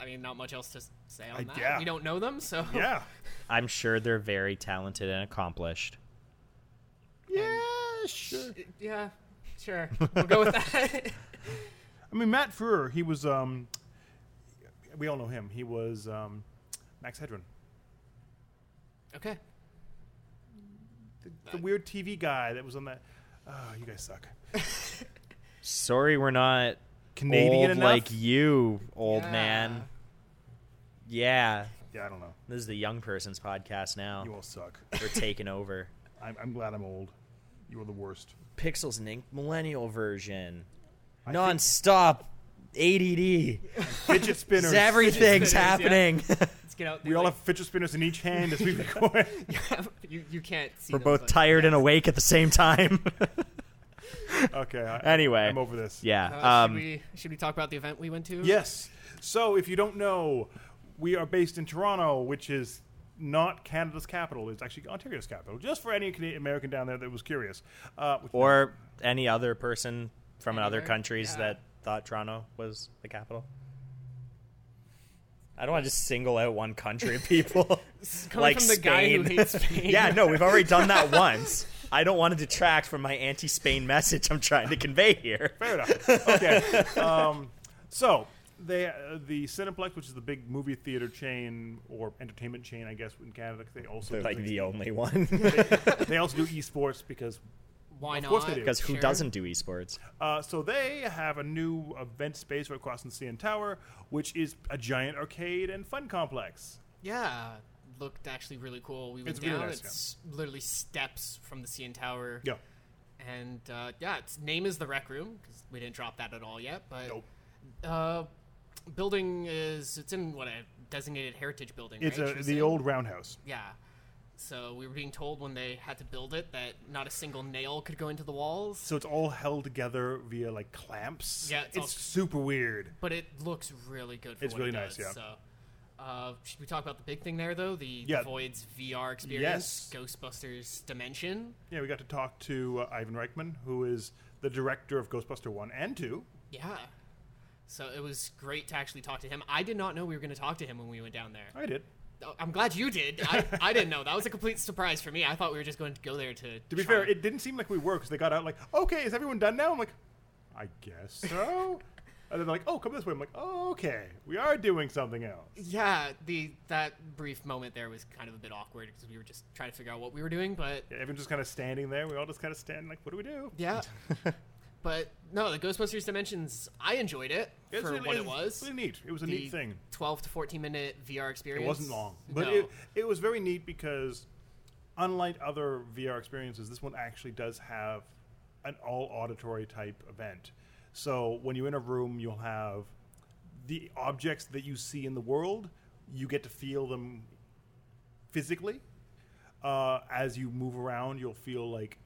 Speaker 5: I mean, not much else to s- say on
Speaker 4: I-
Speaker 5: that.
Speaker 4: yeah.
Speaker 5: We don't know them, so
Speaker 3: Oh.
Speaker 4: Yeah.
Speaker 3: I'm sure they're very talented and accomplished.
Speaker 4: Yeah, sure.
Speaker 5: yeah, sure, we'll go with that.
Speaker 4: I mean, Matt Freer, he was, um, we all know him. He was um, Max Hedron,
Speaker 5: okay,
Speaker 4: the, the weird TV guy that was on that. Oh, you guys suck.
Speaker 3: Sorry, we're not
Speaker 4: Canadian
Speaker 3: old
Speaker 4: enough?
Speaker 3: like you, old
Speaker 5: Yeah.
Speaker 3: man. Yeah,
Speaker 4: Yeah, I don't know.
Speaker 3: this is the young person's podcast now.
Speaker 4: You all suck.
Speaker 3: We're taking over.
Speaker 4: I'm, I'm glad I'm old. You are the worst.
Speaker 3: Pixels and Ink millennial version,
Speaker 4: I think
Speaker 3: non-stop ADD.
Speaker 4: fidget spinners.
Speaker 3: Everything's
Speaker 5: It is,
Speaker 3: happening.
Speaker 5: let's get out. There.
Speaker 4: we all
Speaker 5: like,
Speaker 4: have fidget spinners in each hand as we record.
Speaker 5: you, you can't see.
Speaker 3: We're
Speaker 5: them,
Speaker 3: both
Speaker 5: but- Uh,
Speaker 3: tired and awake at the same time.
Speaker 4: okay. I,
Speaker 3: Anyway.
Speaker 4: I'm over this.
Speaker 5: Uh,
Speaker 3: yeah.
Speaker 5: should
Speaker 3: Um,
Speaker 5: we should we talk about the event we went to?
Speaker 4: Yes. So, if you don't know, we are based in Toronto, which is not Canada's capital. It's actually Ontario's capital. Just for any Canadian American down there that was curious. Uh, which-
Speaker 3: or any other person from other
Speaker 5: Anywhere,
Speaker 3: countries
Speaker 5: yeah.
Speaker 3: that thought Toronto was the capital. I don't want to just single out one country of people.
Speaker 5: coming
Speaker 3: like
Speaker 5: from the guy who
Speaker 3: Spain.
Speaker 5: hates Spain.
Speaker 3: yeah, no, we've already done that once. I don't want to detract from my anti-Spain message I'm trying to convey here.
Speaker 4: Fair enough. Okay. um, so they, uh, the Cineplex, which is the big movie theater chain or entertainment chain, I guess, in Canada, 'cause they also
Speaker 3: Like
Speaker 4: do,
Speaker 3: the uh, only one,
Speaker 4: they also do esports because.
Speaker 5: Why not?
Speaker 4: course they do.
Speaker 3: because who
Speaker 5: Sure.
Speaker 3: doesn't do esports?
Speaker 4: Uh, so they have a new event space right across the CN Tower, which is a giant arcade and fun complex.
Speaker 5: Yeah, looked actually really cool. We went
Speaker 4: It's
Speaker 5: down.
Speaker 4: really nice,
Speaker 5: it's literally steps from the CN Tower.
Speaker 4: Yeah.
Speaker 5: And uh, yeah, its name is the Rec Room because we didn't drop that at all yet. But
Speaker 4: Nope.
Speaker 5: uh, building is it's in what a designated heritage building.
Speaker 4: It's
Speaker 5: right?
Speaker 4: a,
Speaker 5: She was
Speaker 4: the
Speaker 5: saying?
Speaker 4: old roundhouse.
Speaker 5: yeah. So we were being told when they had to build it that not a single nail could go into the walls.
Speaker 4: So it's all held together via like clamps.
Speaker 5: Yeah,
Speaker 4: it's,
Speaker 5: it's all-
Speaker 4: super weird.
Speaker 5: but it looks really good. For
Speaker 4: It's
Speaker 5: what
Speaker 4: really
Speaker 5: it
Speaker 4: nice,
Speaker 5: does,
Speaker 4: yeah.
Speaker 5: So, uh, should we talk about the big thing there though? The,
Speaker 4: Yeah.
Speaker 5: the Void's VR experience,
Speaker 4: Yes.
Speaker 5: Ghostbusters Dimension.
Speaker 4: Yeah, we got to talk to uh, Ivan Reichman, who is the director of Ghostbuster One and Two.
Speaker 5: Yeah. So it was great to actually talk to him. I did not know we were going to talk to him when we went down there.
Speaker 4: I did.
Speaker 5: Oh, I'm glad you did. I, I didn't know. That was a complete surprise for me. I thought we were just going to go there to.
Speaker 4: To be fair, it didn't seem like we were because they got out like, okay, is everyone done now? I'm like, I guess so. and then they're like, oh, come this way. I'm like, oh, okay, we are doing something else.
Speaker 5: Yeah, the that brief moment there was kind of a bit awkward because we were just trying to figure out what we were doing, but
Speaker 4: Yeah, everyone's just kind of standing there. We all just kind of stand like, what do we do?
Speaker 5: yeah. but no, the Ghostbusters Dimensions, I enjoyed it for
Speaker 4: really-
Speaker 5: what it was.
Speaker 4: really neat. It was a neat
Speaker 5: The
Speaker 4: thing.
Speaker 5: 12 to 14 minute VR experience.
Speaker 4: It wasn't long, but
Speaker 5: No.
Speaker 4: it, it was very neat because, unlike other VR experiences, this one actually does have an all auditory type event. So when you're in a room, you'll have the objects that you see in the world. You get to feel them physically. Uh, as you move around, you'll feel like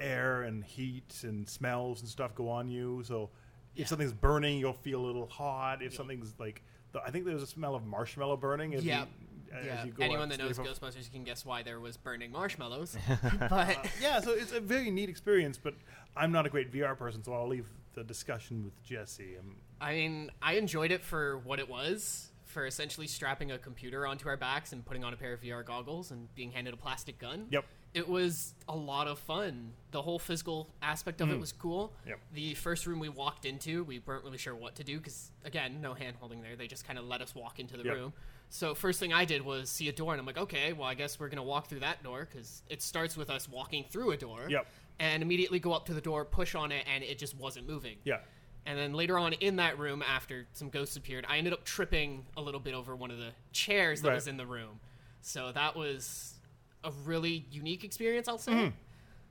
Speaker 4: air and heat and smells and stuff go on you. So if something's burning, you'll feel a little hot. If something's like, the, I think there's a smell of marshmallow burning. If
Speaker 5: Yeah.
Speaker 4: You, as
Speaker 5: yeah.
Speaker 4: you go
Speaker 5: Anyone
Speaker 4: out-
Speaker 5: that knows
Speaker 4: if-
Speaker 5: Ghostbusters can guess why there was burning marshmallows. but
Speaker 4: yeah, so it's a very neat experience, but I'm not a great VR person, so I'll leave the discussion with Jesse. Um,
Speaker 5: I mean, I enjoyed it for what it was, for essentially strapping a computer onto our backs and putting on a pair of VR goggles and being handed a plastic gun.
Speaker 4: Yep.
Speaker 5: It was a lot of fun. The whole physical aspect of it was cool.
Speaker 4: Mm. Yep.
Speaker 5: The first room we walked into, we weren't really sure what to do because, again, no hand holding there. They just kind of let us walk into the
Speaker 4: Yep.
Speaker 5: room. So first thing I did was see a door, and I'm like, okay, well, I guess we're gonna walk through that door because it starts with us walking through a door.
Speaker 4: Yep.
Speaker 5: And immediately go up to the door, push on it, and it just wasn't moving.
Speaker 4: yeah.
Speaker 5: And then later on in that room, after some ghosts appeared, I ended up tripping a little bit over one of the chairs that
Speaker 4: Right.
Speaker 5: was in the room. So that was a really unique experience, I'll say.
Speaker 4: Mm-hmm.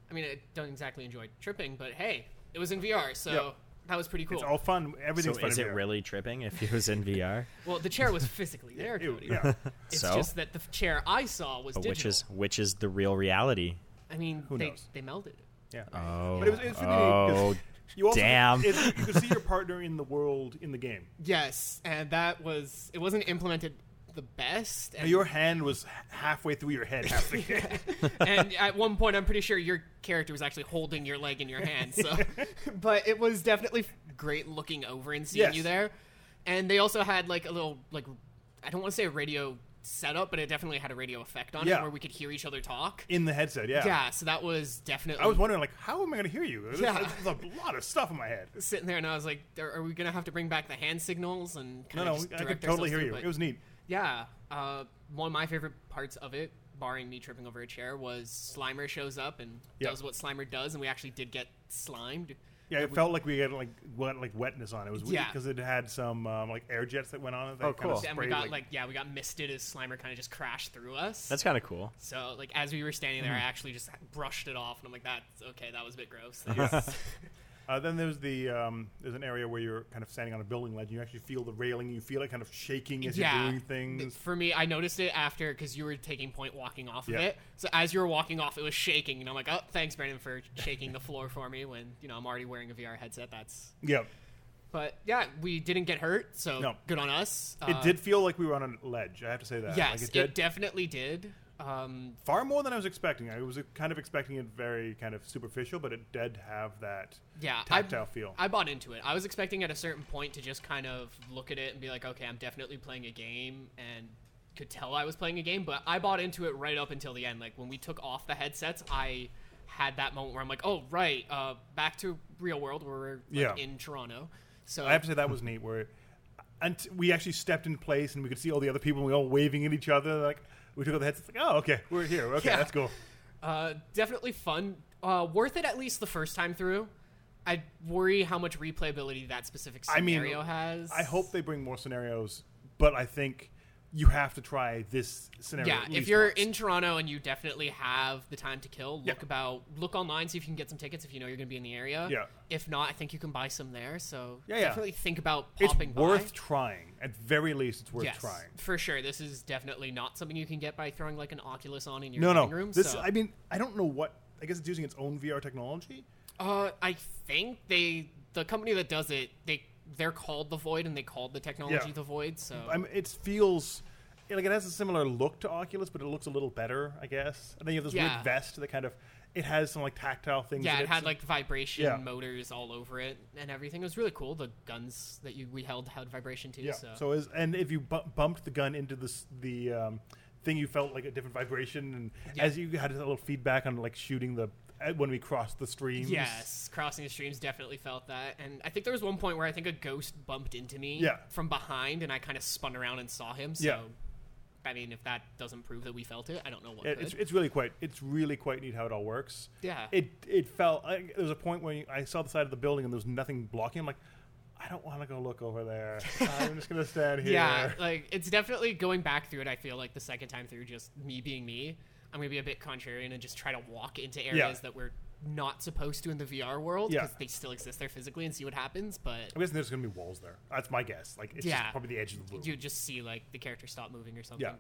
Speaker 5: I mean, I don't exactly enjoy tripping, but hey, it was in VR, so
Speaker 4: Yeah.
Speaker 5: that was pretty cool.
Speaker 4: It's all fun.
Speaker 3: So
Speaker 4: Everything's fun.
Speaker 3: is
Speaker 4: in
Speaker 3: it
Speaker 4: VR.
Speaker 3: really tripping if it was in VR?
Speaker 5: well, the chair was physically there,
Speaker 4: Ew,
Speaker 5: Cody.
Speaker 4: yeah.
Speaker 5: It's
Speaker 3: So?
Speaker 5: just that the f- chair I saw was
Speaker 3: But
Speaker 5: digital.
Speaker 3: which is which is the real reality?
Speaker 5: I mean,
Speaker 4: Who
Speaker 5: they,
Speaker 4: knows?
Speaker 5: they melded.
Speaker 4: Yeah.
Speaker 3: Oh,
Speaker 4: But it was, it was really neat
Speaker 3: oh,
Speaker 4: 'cause you also,
Speaker 3: damn.
Speaker 4: It, you can see your partner in the world in the game.
Speaker 5: Yes, and that was it wasn't implemented the best. And
Speaker 4: Your hand was h- halfway through your head. half the game.
Speaker 5: and at one point i'm pretty sure your character was actually holding your leg in your hand so but it was definitely great looking over and seeing
Speaker 4: Yes.
Speaker 5: you there and they also had like a little like i don't want to say a radio setup but it definitely had a radio effect on
Speaker 4: Yeah.
Speaker 5: it where we could hear each other talk
Speaker 4: in the headset, yeah.
Speaker 5: yeah so that was definitely
Speaker 4: I was wondering, like, how am I going to hear you? There's,
Speaker 5: Yeah.
Speaker 4: there's a lot of stuff in my head.
Speaker 5: sitting there and i was like are, are we gonna have to bring back the hand signals and
Speaker 4: No,
Speaker 5: kind
Speaker 4: no,
Speaker 5: of
Speaker 4: I could totally hear you. It was neat.
Speaker 5: Yeah. Uh, one of my favorite parts of it, barring me tripping over a chair, was Slimer shows up and
Speaker 4: Yeah.
Speaker 5: does what Slimer does, and we actually did get slimed.
Speaker 4: Yeah, it felt like we had like wet, like wetness on it. It was weird
Speaker 5: Yeah.
Speaker 4: because it had some um, like air jets that went on it. That
Speaker 3: Oh,
Speaker 4: kinda
Speaker 3: cool.
Speaker 5: And we
Speaker 4: sprayed,
Speaker 5: got like yeah, we got misted as Slimer kind of just crashed through us.
Speaker 3: that's kind of cool.
Speaker 5: so like as we were standing
Speaker 4: Mm-hmm.
Speaker 5: there, I actually just brushed it off, and I'm like, that's okay, that was a bit gross.
Speaker 4: Uh, then there's the um, there's an area where you're kind of standing on a building ledge. and You actually feel the railing. You feel it kind of shaking as you're doing
Speaker 5: Th-
Speaker 4: things.
Speaker 5: For me, I noticed it after because you were taking point walking off
Speaker 4: Yeah.
Speaker 5: of it. So as you were walking off, it was shaking, and I'm like, "Oh, thanks, Brandon, for shaking the floor for me." When you know I'm already wearing a VR headset, that's.
Speaker 4: Yeah,
Speaker 5: But yeah, we didn't get hurt, so
Speaker 4: No.
Speaker 5: good on us.
Speaker 4: it
Speaker 5: Uh,
Speaker 4: did feel like we were on a ledge. I have to say that. like
Speaker 5: Yes, it,
Speaker 4: it did
Speaker 5: definitely did. Um,
Speaker 4: far more than I was expecting. I was uh, kind of expecting it very kind of superficial, but it did have that
Speaker 5: yeah,
Speaker 4: tactile
Speaker 5: I,
Speaker 4: feel.
Speaker 5: I bought into it. I was expecting at a certain point to just kind of look at it and be like, "Okay, I'm definitely playing a game," and could tell I was playing a game. But I bought into it right up until the end. Like when we took off the headsets, I had that moment where I'm like, "Oh, right, uh, back to real world. We're like,
Speaker 4: Yeah.
Speaker 5: in Toronto." So
Speaker 4: I have to say that was neat. Where and we actually stepped in place and we could see all the other people. and We all waving at each other. Like we took off the headsets. Like oh okay, we're here. Okay,
Speaker 5: Yeah.
Speaker 4: that's cool.
Speaker 5: Uh, definitely fun. Uh, worth it at least the first time through. I worry how much replayability that specific
Speaker 4: I mean,
Speaker 5: scenario has.
Speaker 4: I hope they bring more scenarios, but I think you have to try this scenario.
Speaker 5: Yeah,
Speaker 4: at
Speaker 5: if
Speaker 4: least
Speaker 5: you're
Speaker 4: once.
Speaker 5: in Toronto and you definitely have the time to kill, look
Speaker 4: Yeah.
Speaker 5: about, look online, see if you can get some tickets if you know you're going to be in the area.
Speaker 4: Yeah.
Speaker 5: If not, I think you can buy some there. So
Speaker 4: Yeah, yeah.
Speaker 5: definitely think about
Speaker 4: it's
Speaker 5: popping by.
Speaker 4: worth trying. At very least, it's worth
Speaker 5: yes,
Speaker 4: trying.
Speaker 5: for sure. This is definitely not something you can get by throwing like an Oculus on in your
Speaker 4: No, no.
Speaker 5: living room.
Speaker 4: this,
Speaker 5: so.
Speaker 4: I mean, I don't know what. I guess it's using its own VR technology.
Speaker 5: Uh, I think they the company that does it they they're called the Void and they called the technology
Speaker 4: Yeah.
Speaker 5: the Void. So
Speaker 4: I mean, it feels like it has a similar look to Oculus, but it looks a little better, I guess. And then you have this
Speaker 5: Yeah.
Speaker 4: weird vest that kind of it has some like tactile things.
Speaker 5: yeah,
Speaker 4: in
Speaker 5: it had
Speaker 4: so-
Speaker 5: like vibration
Speaker 4: Yeah.
Speaker 5: motors all over it and everything. It was really cool. The guns that you we held had vibration too.
Speaker 4: yeah.
Speaker 5: So,
Speaker 4: So is and if you bu- bumped the gun into this the um, thing, you felt like a different vibration, and
Speaker 5: Yeah.
Speaker 4: as you had a little feedback on like shooting the uh, when we crossed the streams.
Speaker 5: yes, crossing the streams definitely felt that. And I think there was one point where I think a ghost bumped into me
Speaker 4: Yeah.
Speaker 5: from behind and I kind of spun around and saw him. So
Speaker 4: Yeah.
Speaker 5: I mean, if that doesn't prove that we felt it, I don't know what.
Speaker 4: It,
Speaker 5: could.
Speaker 4: it's, it's really quite it's really quite neat how it all works.
Speaker 5: Yeah.
Speaker 4: It it felt I, there was a point when I saw the side of the building and there was nothing blocking. I'm like, I don't want to go look over there. I'm just gonna stand here.
Speaker 5: Yeah, like it's definitely going back through it. I feel like the second time through, just me being me, I'm gonna be a bit contrarian and just try to walk into areas
Speaker 4: Yeah.
Speaker 5: that we're not supposed to in the VR world
Speaker 4: Yeah.
Speaker 5: because they still exist there physically and see what happens. But
Speaker 4: I'm guessing there's gonna be walls there. That's my guess. Like it's
Speaker 5: yeah,
Speaker 4: just probably the edge of the room.
Speaker 5: You just see like the character stop moving or something.
Speaker 4: Yeah.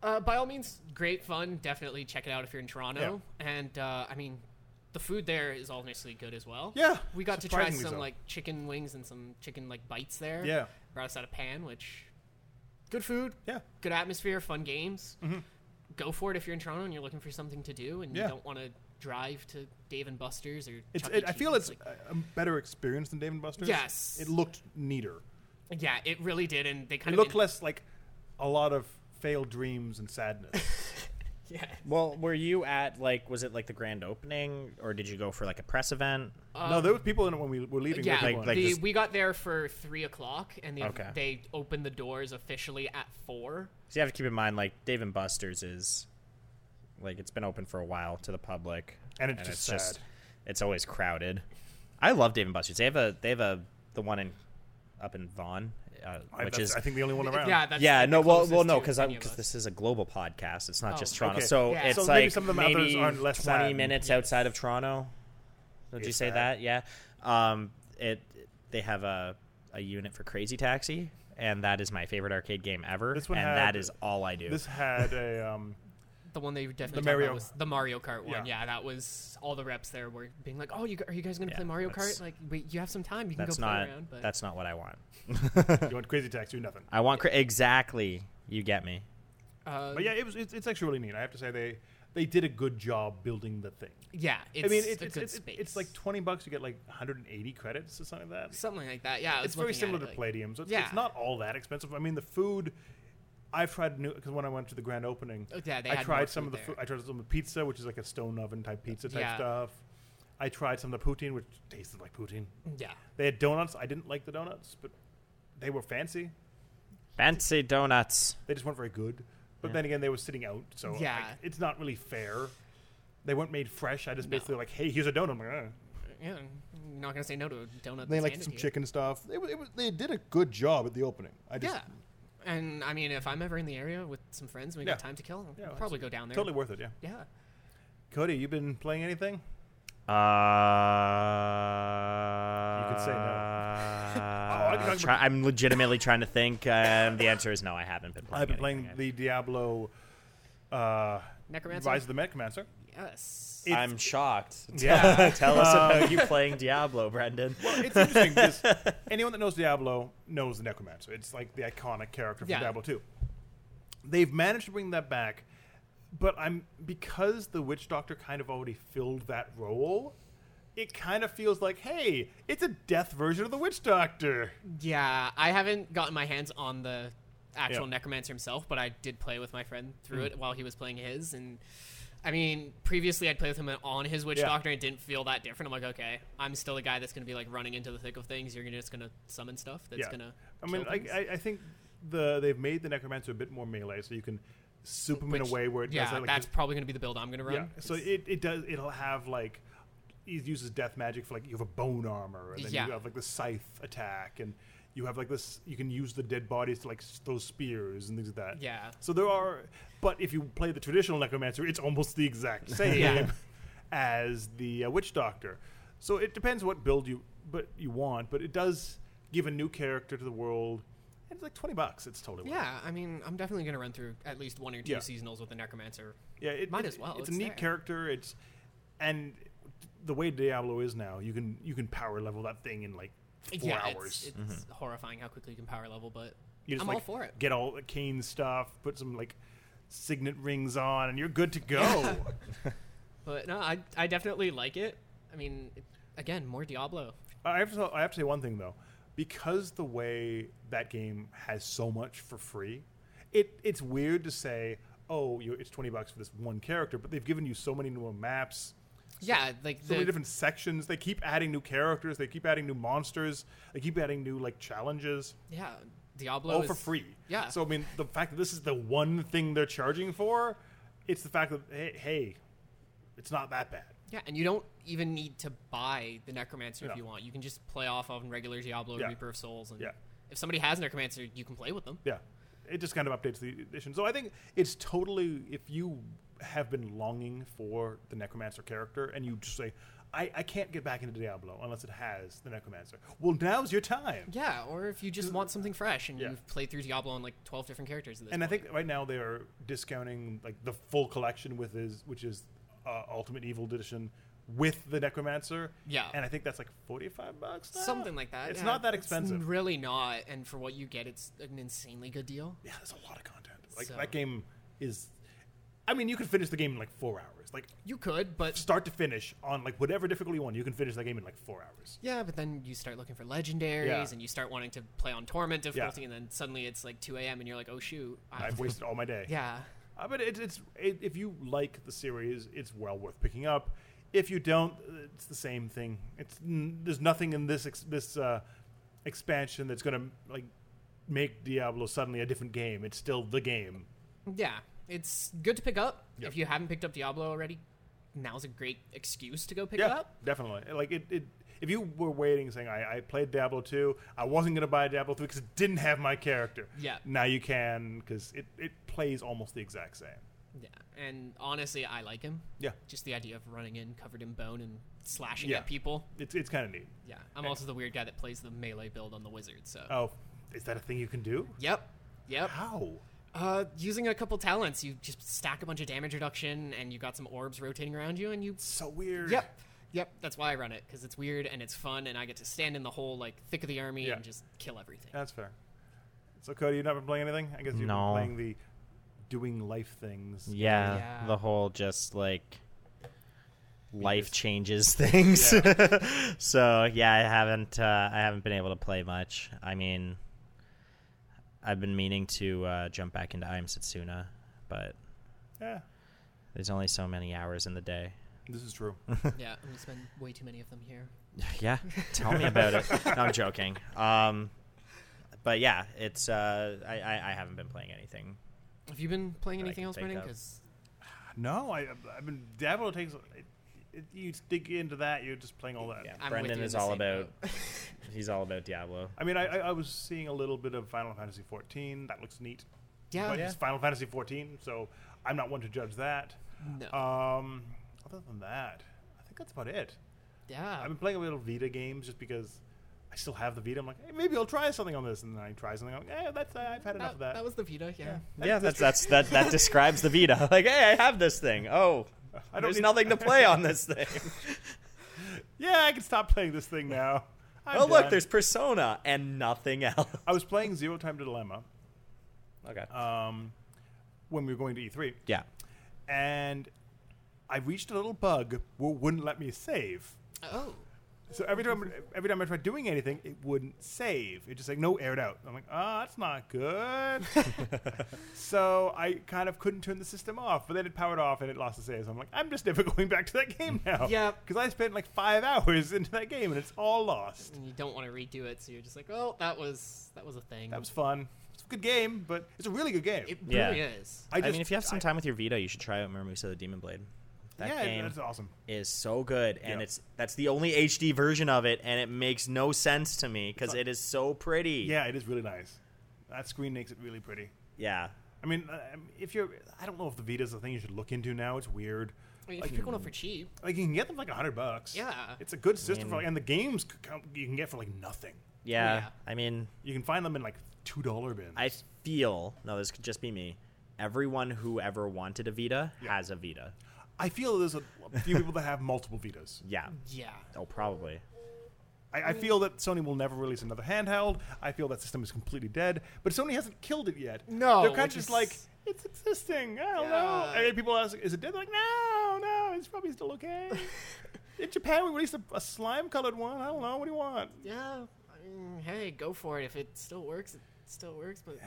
Speaker 5: But Uh, by all means, great fun. Definitely check it out if you're in Toronto. And uh, I mean, the food there is obviously good as well.
Speaker 4: Yeah,
Speaker 5: we got to try
Speaker 4: surprisingly
Speaker 5: some
Speaker 4: so.
Speaker 5: like chicken wings and some chicken like bites there.
Speaker 4: Yeah.
Speaker 5: brought us out a pan, which good food,
Speaker 4: Yeah.
Speaker 5: good atmosphere, fun games. Go for it if you're in Toronto and you're looking for something to do and
Speaker 4: Mm-hmm. Yeah.
Speaker 5: you don't want to drive to Dave and Buster's or.
Speaker 4: It's,
Speaker 5: Chuck E.
Speaker 4: it, I feel
Speaker 5: Cheese,
Speaker 4: it's a a better experience than Dave and Buster's.
Speaker 5: Yes.
Speaker 4: It looked neater.
Speaker 5: like, yeah, it really did, and they kind
Speaker 4: It
Speaker 5: of
Speaker 4: looked less like a lot of failed dreams and sadness.
Speaker 5: Yeah,
Speaker 3: Well, were you at like was it like the grand opening or did you go for like a press event?
Speaker 4: no, there was people in it when we were leaving.
Speaker 5: Uh, yeah.
Speaker 4: Like,
Speaker 3: Like- like
Speaker 5: the-
Speaker 3: this-
Speaker 5: we got there for three o'clock, and they,
Speaker 3: Okay.
Speaker 5: they opened the doors officially at four.
Speaker 3: So you have to keep in mind like Dave and Buster's is like it's been open for a while to the public
Speaker 4: And it's just sad.
Speaker 3: it's always crowded. I love Dave and Buster's. They have a they have a the one in up in Vaughan uh,
Speaker 4: I,
Speaker 3: which
Speaker 4: that's-
Speaker 3: is
Speaker 4: I think the only one around.
Speaker 5: Yeah, that's
Speaker 3: yeah,
Speaker 5: like, the
Speaker 3: no, well,
Speaker 5: closest
Speaker 3: well, no,
Speaker 5: to
Speaker 3: because
Speaker 5: any of us.
Speaker 3: because this is a global podcast. It's not
Speaker 5: Oh,
Speaker 3: just Toronto,
Speaker 4: okay.
Speaker 3: so
Speaker 5: Yeah.
Speaker 3: it's
Speaker 5: So
Speaker 4: maybe
Speaker 3: like
Speaker 4: some of the others
Speaker 3: maybe
Speaker 4: aren't less
Speaker 3: twenty
Speaker 4: sad.
Speaker 3: minutes
Speaker 5: Yes. uh,
Speaker 3: outside of Toronto. Would you
Speaker 4: It's
Speaker 3: say
Speaker 4: sad.
Speaker 3: that? Yeah. Um, it they have a a unit for Crazy Taxi, and that is my favorite arcade game ever.
Speaker 4: This one
Speaker 3: and
Speaker 4: had-
Speaker 3: that is all I do.
Speaker 4: This had a um,
Speaker 5: The one they were definitely
Speaker 4: The
Speaker 5: talking
Speaker 4: Mario-
Speaker 5: about was the Mario Kart one.
Speaker 4: Yeah.
Speaker 5: Yeah. that was all the reps there were being like, "Oh, you, g- are you guys going to
Speaker 3: Yeah,
Speaker 5: play Mario
Speaker 3: that's-
Speaker 5: Kart? Like, wait, you have some time, you can go
Speaker 3: that's
Speaker 5: play
Speaker 3: not
Speaker 5: around." But
Speaker 3: that's not what I want.
Speaker 4: you went crazy tax, you nothing.
Speaker 3: I want cra- exactly. You get me.
Speaker 5: uh,
Speaker 4: But yeah, it was. It's, it's actually really neat. I have to say they they did a good job building the thing.
Speaker 5: yeah, it's
Speaker 4: I mean, it's
Speaker 5: a
Speaker 4: it's,
Speaker 5: good
Speaker 4: it's,
Speaker 5: space.
Speaker 4: it's like twenty bucks. You get like 180 credits or something like that.
Speaker 5: something like that. Yeah, I was
Speaker 4: it's very
Speaker 5: looking at
Speaker 4: similar
Speaker 5: it,
Speaker 4: to
Speaker 5: like,
Speaker 4: Palladium, so it's,
Speaker 5: yeah.
Speaker 4: it's not all that expensive. I mean, the food. I've tried new because when I went to the grand opening,
Speaker 5: Oh, yeah, they
Speaker 4: I
Speaker 5: had
Speaker 4: tried
Speaker 5: more
Speaker 4: some of the
Speaker 5: food
Speaker 4: food.
Speaker 5: there. Uh,
Speaker 4: I tried some of the pizza, which is like a stone oven type pizza type
Speaker 5: Yeah.
Speaker 4: stuff. I tried some of the poutine, which tasted like poutine.
Speaker 5: Yeah,
Speaker 4: They had donuts. I didn't like the donuts, but they were fancy.
Speaker 3: Fancy donuts.
Speaker 4: They just weren't very good. But then again, they were sitting out, so like,
Speaker 5: Yeah.
Speaker 4: it's not really fair. They weren't made fresh. I just
Speaker 5: No.
Speaker 4: basically like, hey, here's a donut. I'm like, "Eh."
Speaker 5: yeah, I'm not gonna say no to a donut.
Speaker 4: They
Speaker 5: that's
Speaker 4: like
Speaker 5: handed
Speaker 4: some
Speaker 5: to you.
Speaker 4: chicken stuff. It, wa- it, wa- they did a good job at the opening. I just
Speaker 5: Yeah, and I mean, if I'm ever in the area with some friends, and we
Speaker 4: Yeah.
Speaker 5: got time to kill.
Speaker 4: Yeah,
Speaker 5: I'll
Speaker 4: that's
Speaker 5: probably go down there.
Speaker 4: totally worth it. Yeah,
Speaker 5: Yeah.
Speaker 4: Cody, you been playing anything?
Speaker 3: Uh,
Speaker 4: could say no. Oh, I can talk
Speaker 3: I'm, try- I'm legitimately trying to think. Um, the answer is no. I haven't been playing.
Speaker 4: I've been
Speaker 3: anything.
Speaker 4: playing the Diablo. Uh,
Speaker 5: Necromancer?
Speaker 4: Rise of the Necromancer.
Speaker 5: Yes.
Speaker 4: It's-
Speaker 3: I'm shocked.
Speaker 4: Yeah.
Speaker 3: Tell us about you playing Diablo, Brendan.
Speaker 4: it's interesting because anyone that knows Diablo knows the Necromancer. It's like the iconic character from
Speaker 5: Yeah.
Speaker 4: Diablo 2. They've managed to bring that back, but I'm because the Witch Doctor kind of already filled that role. It kind of feels like, hey, it's a death version of the Witch Doctor.
Speaker 5: Yeah, I haven't gotten my hands on the actual
Speaker 4: Yeah. Hmm.
Speaker 5: necromancer himself, but I did play with my friend through it while he was playing his and I mean, previously I'd played with him on his witch
Speaker 4: Yeah.
Speaker 5: doctor and it didn't feel that different. I'm like, okay, I'm still the guy that's gonna be like running into the thick of things. You're gonna just gonna summon stuff that's gonna.
Speaker 4: I mean,
Speaker 5: kill
Speaker 4: I,
Speaker 5: things.
Speaker 4: I, I think the they've made the Necromancer a bit more melee, so you can soup him in a
Speaker 5: Which-
Speaker 4: way where it
Speaker 5: yeah,
Speaker 4: does that, like,
Speaker 5: that's
Speaker 4: just-
Speaker 5: probably gonna be the build I'm gonna run.
Speaker 4: Yeah. So it, it does it'll have like it uses death magic for like you have a bone armor and then
Speaker 5: Yeah.
Speaker 4: you have like the scythe attack and you have like this you can use the dead bodies to like s- throw spears and things like that.
Speaker 5: Yeah.
Speaker 4: So there are but if you play the traditional necromancer it's almost the exact same
Speaker 5: Yeah.
Speaker 4: as the uh, witch doctor. So it depends what build you but you want, but it does give a new character to the world. It's like 20 bucks. It's totally worth it.
Speaker 5: yeah, I mean, I'm definitely gonna run through at least one or two
Speaker 4: Yeah.
Speaker 5: seasonals with the necromancer.
Speaker 4: Yeah, it
Speaker 5: Might
Speaker 4: it-
Speaker 5: as well,
Speaker 4: It's, a
Speaker 5: it's
Speaker 4: neat
Speaker 5: there.
Speaker 4: character. It's and the way Diablo is now, you can you can power level that thing in like four
Speaker 5: yeah,
Speaker 4: hours.
Speaker 5: it's, it's horrifying how quickly you can power level, but
Speaker 4: you just
Speaker 5: I'm
Speaker 4: like
Speaker 5: all for it.
Speaker 4: get all the cane stuff, put some like signet rings on, and you're good to go.
Speaker 5: But no, I I definitely like it. I mean, it- again, more Diablo.
Speaker 4: I have to I have to say one thing though, because the way that game has so much for free, it it's weird to say oh you it's twenty bucks for this one character, but they've given you so many more maps.
Speaker 5: Yeah, like
Speaker 4: so
Speaker 5: the,
Speaker 4: many different sections. They keep adding new characters. They keep adding new monsters. They keep adding new like challenges,
Speaker 5: yeah, Diablo.
Speaker 4: all
Speaker 5: is-
Speaker 4: Oh, for free.
Speaker 5: yeah.
Speaker 4: So I mean, the fact that this is the one thing they're charging for, it's the fact that hey, hey it's not that bad.
Speaker 5: Yeah, and you don't even need to buy the Necromancer
Speaker 4: Yeah.
Speaker 5: if you want. You can just play off of regular Diablo
Speaker 4: Yeah.
Speaker 5: Reaper of Souls, and
Speaker 4: Yeah.
Speaker 5: if somebody has Necromancer, you can play with them.
Speaker 4: Yeah. It just kind of updates the edition. So I think it's totally if you have been longing for the necromancer character and you just say I, I can't get back into Diablo unless it has the Necromancer. Well, now's your time.
Speaker 5: Yeah, or if you just want something fresh and
Speaker 4: Yeah.
Speaker 5: you've played through Diablo on like twelve different characters. At this
Speaker 4: And I
Speaker 5: point.
Speaker 4: think right now they are discounting like the full collection with his, which is uh, Ultimate Evil Edition with the Necromancer.
Speaker 5: Yeah.
Speaker 4: and I think that's like forty-five bucks. Now?
Speaker 5: something like that.
Speaker 4: uh, It's
Speaker 5: yeah.
Speaker 4: not that
Speaker 5: It's
Speaker 4: expensive.
Speaker 5: really not. And for what you get, it's an insanely good deal.
Speaker 4: yeah, there's a lot of content. Like
Speaker 5: So-
Speaker 4: that game is. I mean, you could finish the game in like four hours. Like
Speaker 5: You could, but
Speaker 4: start to finish on like whatever difficulty one, you can finish that game in like four hours.
Speaker 5: yeah, but then you start looking for legendaries
Speaker 4: Yeah.
Speaker 5: and you start wanting to play on torment difficulty, and then suddenly it's like two a.m. and you're like, oh shoot, I,
Speaker 4: I've wasted all my day.
Speaker 5: yeah,
Speaker 4: Uh, but it, it's it, if you like the series, it's well worth picking up. If you don't, it's the same thing. It's n- there's nothing in this ex- this uh, expansion that's gonna like make Diablo suddenly a different game. It's still the game.
Speaker 5: yeah. It's good to pick up
Speaker 4: Yep.
Speaker 5: if you haven't picked up Diablo already. Now's a great excuse to go pick it
Speaker 4: yeah,
Speaker 5: up.
Speaker 4: definitely. Like it, it. If you were waiting, saying I, I played Diablo two, I wasn't gonna buy Diablo three because it didn't have my character.
Speaker 5: Yeah.
Speaker 4: Now you can because it it plays almost the exact same.
Speaker 5: Yeah, and honestly, I like him.
Speaker 4: Yeah.
Speaker 5: Just the idea of running in covered in bone and slashing
Speaker 4: Yeah.
Speaker 5: at people.
Speaker 4: It's it's kind of neat.
Speaker 5: Yeah, I'm also the weird guy that plays the melee build on the wizard. So.
Speaker 4: Oh, is that a thing you can do?
Speaker 5: Yep. Yep.
Speaker 4: How?
Speaker 5: Uh, using a couple talents, you just stack a bunch of damage reduction, and you got some orbs rotating around you, and you.
Speaker 4: So weird.
Speaker 5: Yep. Yep. That's why I run it because it's weird and it's fun, and I get to stand in the whole like thick of the army
Speaker 4: Yeah. Uh,
Speaker 5: and just kill everything.
Speaker 4: That's fair. So, Cody, you've not been playing anything? I guess you've
Speaker 3: No.
Speaker 4: been playing the doing life things.
Speaker 3: Yeah,
Speaker 5: Yeah.
Speaker 3: the whole just like life changes things. so yeah, I haven't uh, I haven't been able to play much. I mean, I've been meaning to uh, jump back into I Am Setsuna, but
Speaker 4: Yeah,
Speaker 3: there's only so many hours in the day.
Speaker 4: this is true.
Speaker 5: yeah, I'm gonna spend way too many of them here.
Speaker 3: Yeah, tell me about it. No, I'm joking. Um, but yeah, it's uh, I, I I haven't been playing anything.
Speaker 5: Have you been playing
Speaker 3: That I
Speaker 5: anything
Speaker 3: can
Speaker 5: else,
Speaker 3: think
Speaker 5: Brendan?
Speaker 3: of.
Speaker 5: Because
Speaker 4: no, I, I've been. Diablo takes. It, it, you dig into that, you're just playing all that.
Speaker 3: Yeah,
Speaker 5: I'm with
Speaker 3: Brendan
Speaker 5: you in
Speaker 3: is
Speaker 5: the
Speaker 3: all
Speaker 5: same
Speaker 3: about he's all about Diablo.
Speaker 4: I mean, I, I, I was seeing a little bit of Final Fantasy 14. That looks neat.
Speaker 5: yeah,
Speaker 4: but it's Final Fantasy 14, so I'm not one to judge that.
Speaker 5: no,
Speaker 4: Um, other than that, I think that's about it.
Speaker 5: yeah.
Speaker 3: Oh.
Speaker 4: I've been playing a little Vita games just because I still have the Vita. I'm like, hey, maybe I'll try something on this, and then I try something. I'm like, eh, that's I've had enough
Speaker 5: That,
Speaker 4: of that.
Speaker 5: that was the Vita. Yeah.
Speaker 3: Yeah, that's that's that that describes the Vita. Like, hey, I have this thing. Oh,
Speaker 4: I don't
Speaker 3: there's
Speaker 4: need-
Speaker 3: nothing to play on this thing.
Speaker 4: yeah, I can stop playing this thing now. I'm
Speaker 3: oh, look,
Speaker 4: done.
Speaker 3: there's Persona and nothing else.
Speaker 4: I was playing Zero Time Dilemma
Speaker 3: Okay.
Speaker 4: um, when we were going to E3,
Speaker 3: yeah.
Speaker 4: and I reached a little bug where it wouldn't let me save.
Speaker 5: Oh.
Speaker 4: So every time, every time I tried doing anything, it wouldn't save. It just like no aired out. I'm like, ah, that's not good. so I kind of couldn't turn the system off, but then it powered off and it lost the saves. I'm like, I'm just never going back to that game now.
Speaker 5: Yeah.
Speaker 4: because I spent like five hours into that game and it's all lost.
Speaker 5: And you don't want to redo it, so you're just like, "Well, that was that was a thing."
Speaker 4: That was fun. It's a good game, but it's a really good game.
Speaker 5: it.
Speaker 3: Yeah.
Speaker 5: Really is.
Speaker 3: I, mean, if you have some time with your Vita, you should try out Muramusa the Demon Blade. That
Speaker 4: yeah,
Speaker 3: game
Speaker 4: that's awesome.
Speaker 3: is so good, and
Speaker 4: Yeah.
Speaker 3: it's that's the only HD version of it, and it makes no sense to me because
Speaker 4: not-
Speaker 3: it is so pretty.
Speaker 4: Yeah, it is really nice. That screen makes it really pretty.
Speaker 3: Yeah.
Speaker 4: I mean, uh, um, if you're, I don't know if the Vita's the thing you should look into now. It's weird.
Speaker 5: I mean, if
Speaker 4: Like, mm,
Speaker 5: you pick one up for cheap,
Speaker 4: Like you can get them for like hundred bucks.
Speaker 5: Yeah.
Speaker 4: it's a good system for,
Speaker 3: mean-
Speaker 4: and the games c- come- you can get for like nothing.
Speaker 3: Yeah.
Speaker 5: Yeah.
Speaker 3: I mean,
Speaker 4: You can find them in like two dollar bins.
Speaker 3: I feel no, this could just be me. Everyone who ever wanted a Vita has a Vita.
Speaker 4: I feel there's a a few people that have multiple Vitas.
Speaker 3: Yeah.
Speaker 5: yeah.
Speaker 3: Oh, probably.
Speaker 4: I, I feel that Sony will never release another handheld. I feel that system is completely dead. But Sony hasn't killed it yet.
Speaker 5: No,
Speaker 4: they're kind of
Speaker 5: which
Speaker 4: just
Speaker 5: is-
Speaker 4: like it's existing. I don't know.
Speaker 5: Yeah.
Speaker 4: And then people ask, "Is it dead?" They're like, no, no, it's probably still okay. In Japan, we released a, a slime-colored one. I don't know. What do you want?
Speaker 5: Yeah. I mean, hey, go for it. If it still works, it still works. But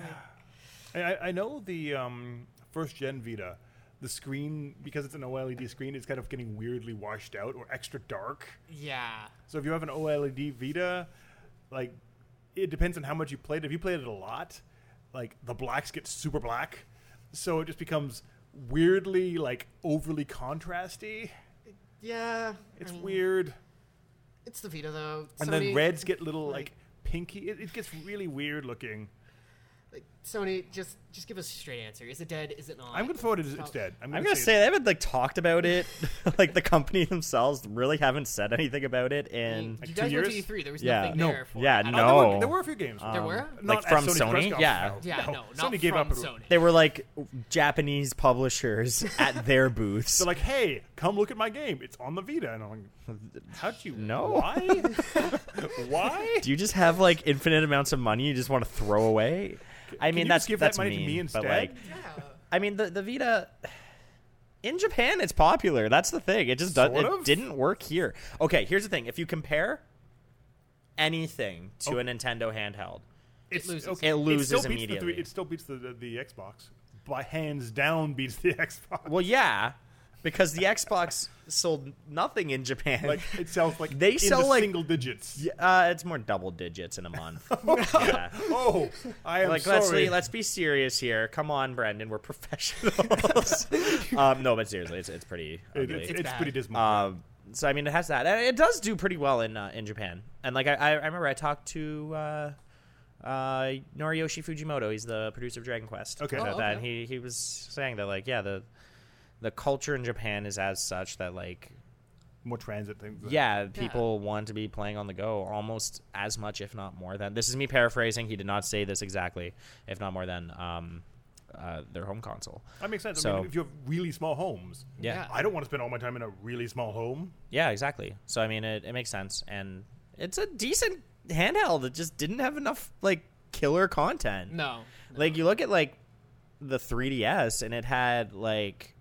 Speaker 5: like,
Speaker 4: I, I- I know the um, first gen Vita, the screen because it's an OLED screen, it's kind of getting weirdly washed out or extra dark.
Speaker 5: yeah,
Speaker 4: So if you have an OLED Vita, like it depends on how much you played. If you played it a lot, like the blacks get super black, so it just becomes weirdly like overly contrasty.
Speaker 5: yeah.
Speaker 4: It's
Speaker 5: I mean,
Speaker 4: weird,
Speaker 5: It's the Vita though.
Speaker 4: and
Speaker 5: Sony-
Speaker 4: then reds get little like
Speaker 5: like-
Speaker 4: pinky. It, it gets really weird looking.
Speaker 5: Like, Sony, just just give us a straight answer. Is it dead? Is it not?
Speaker 4: I'm going to vote it is-
Speaker 5: Stop.
Speaker 4: it's dead. I'm
Speaker 3: I'm
Speaker 4: going
Speaker 3: gonna say they haven't like talked about it. like the company themselves really haven't said anything about it, and
Speaker 5: You
Speaker 4: two
Speaker 5: guys went to
Speaker 4: years?
Speaker 5: E3. There was
Speaker 3: Yeah.
Speaker 5: nothing
Speaker 3: No.
Speaker 5: there for
Speaker 3: Yeah,
Speaker 5: it at
Speaker 3: no. Uh, Um,
Speaker 5: all.
Speaker 4: Oh, There were, there were a few games.
Speaker 5: There were?
Speaker 3: Like
Speaker 4: at
Speaker 3: from
Speaker 4: Sony's press
Speaker 3: Sony?
Speaker 4: conference.
Speaker 3: Yeah.
Speaker 4: No,
Speaker 5: yeah, no, not
Speaker 4: Sony gave
Speaker 5: from
Speaker 4: up.
Speaker 5: Sony.
Speaker 3: they were like Japanese publishers at their booths.
Speaker 4: They're like, hey, come look at my game. It's on the Vita. And I'm like, how'd you
Speaker 3: No.
Speaker 4: Why? why?
Speaker 3: Do you just have like infinite amounts of money you just want to throw away? I mean,
Speaker 4: you
Speaker 3: that's
Speaker 4: just give that
Speaker 3: that's
Speaker 4: money to
Speaker 3: mean,
Speaker 4: me
Speaker 3: But
Speaker 4: instead?
Speaker 3: like, I mean, the the Vita in Japan it's popular. That's the thing. It just does,
Speaker 4: Sort
Speaker 3: it
Speaker 4: of.
Speaker 3: didn't work here. Okay, here's the thing. If you compare anything to
Speaker 4: Oh.
Speaker 3: a Nintendo handheld,
Speaker 4: It's-
Speaker 5: loses.
Speaker 4: okay,
Speaker 3: It loses
Speaker 4: still beats the
Speaker 3: immediately.
Speaker 4: three- it still beats the, the, the Xbox. By hands down beats the Xbox.
Speaker 3: well, yeah, because the Xbox sold nothing in Japan.
Speaker 4: like it sells like
Speaker 3: They
Speaker 4: in
Speaker 3: sell,
Speaker 4: the
Speaker 3: like-
Speaker 4: single digits.
Speaker 3: Yeah, uh, it's more double digits in a month. yeah.
Speaker 4: Oh, I am
Speaker 3: Like let's
Speaker 4: sorry.
Speaker 3: be, let's be serious here. Come on, Brendan, we're professionals. um, no, but seriously, it's it's pretty.
Speaker 4: It-
Speaker 3: ugly.
Speaker 4: it's
Speaker 5: It's
Speaker 4: it's
Speaker 5: bad.
Speaker 4: pretty dismal.
Speaker 3: Um, so I mean, it has that. And It does do pretty well in uh, in Japan. And like I, I I remember, I talked to uh, uh, Noriyoshi Fujimoto. He's the producer of Dragon Quest.
Speaker 4: Okay. Oh,
Speaker 3: about that.
Speaker 5: okay.
Speaker 3: And he he was saying that like yeah the the culture in Japan is as such that like
Speaker 4: More transit things.
Speaker 3: yeah people want to be playing on the go almost as much if not more than this is me paraphrasing he did not say this exactly if not more than um uh, their home console
Speaker 4: that makes sense. I
Speaker 3: So-
Speaker 4: mean, if you have really small homes,
Speaker 3: yeah
Speaker 5: Yeah.
Speaker 4: I don't want to spend all my time in a really small home.
Speaker 3: Yeah, exactly. So I mean, it, it makes sense, and it's a decent handheld. It just didn't have enough like killer content.
Speaker 5: No.
Speaker 3: like you look at like the 3ds, and it had like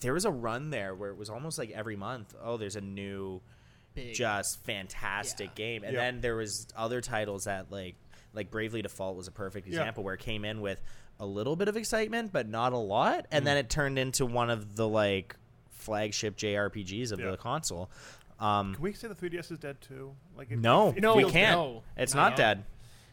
Speaker 3: there was a run there where it was almost like every month. Oh, there's a new
Speaker 5: Big.
Speaker 3: just fantastic
Speaker 5: Yeah.
Speaker 3: game, and
Speaker 4: Yeah.
Speaker 3: then there was other titles that like like Bravely Default was a perfect
Speaker 4: Yeah.
Speaker 3: example where it came in with a little bit of excitement but not a lot,
Speaker 4: Mm.
Speaker 3: and then it turned into one of the like flagship JRPGs of
Speaker 4: Yeah.
Speaker 3: the console. Um,
Speaker 4: Can we say the 3DS is dead too? Like it,
Speaker 3: no,
Speaker 4: it
Speaker 5: No,
Speaker 3: we
Speaker 4: feels-
Speaker 3: can't.
Speaker 5: no,
Speaker 3: It's
Speaker 5: no.
Speaker 3: not dead.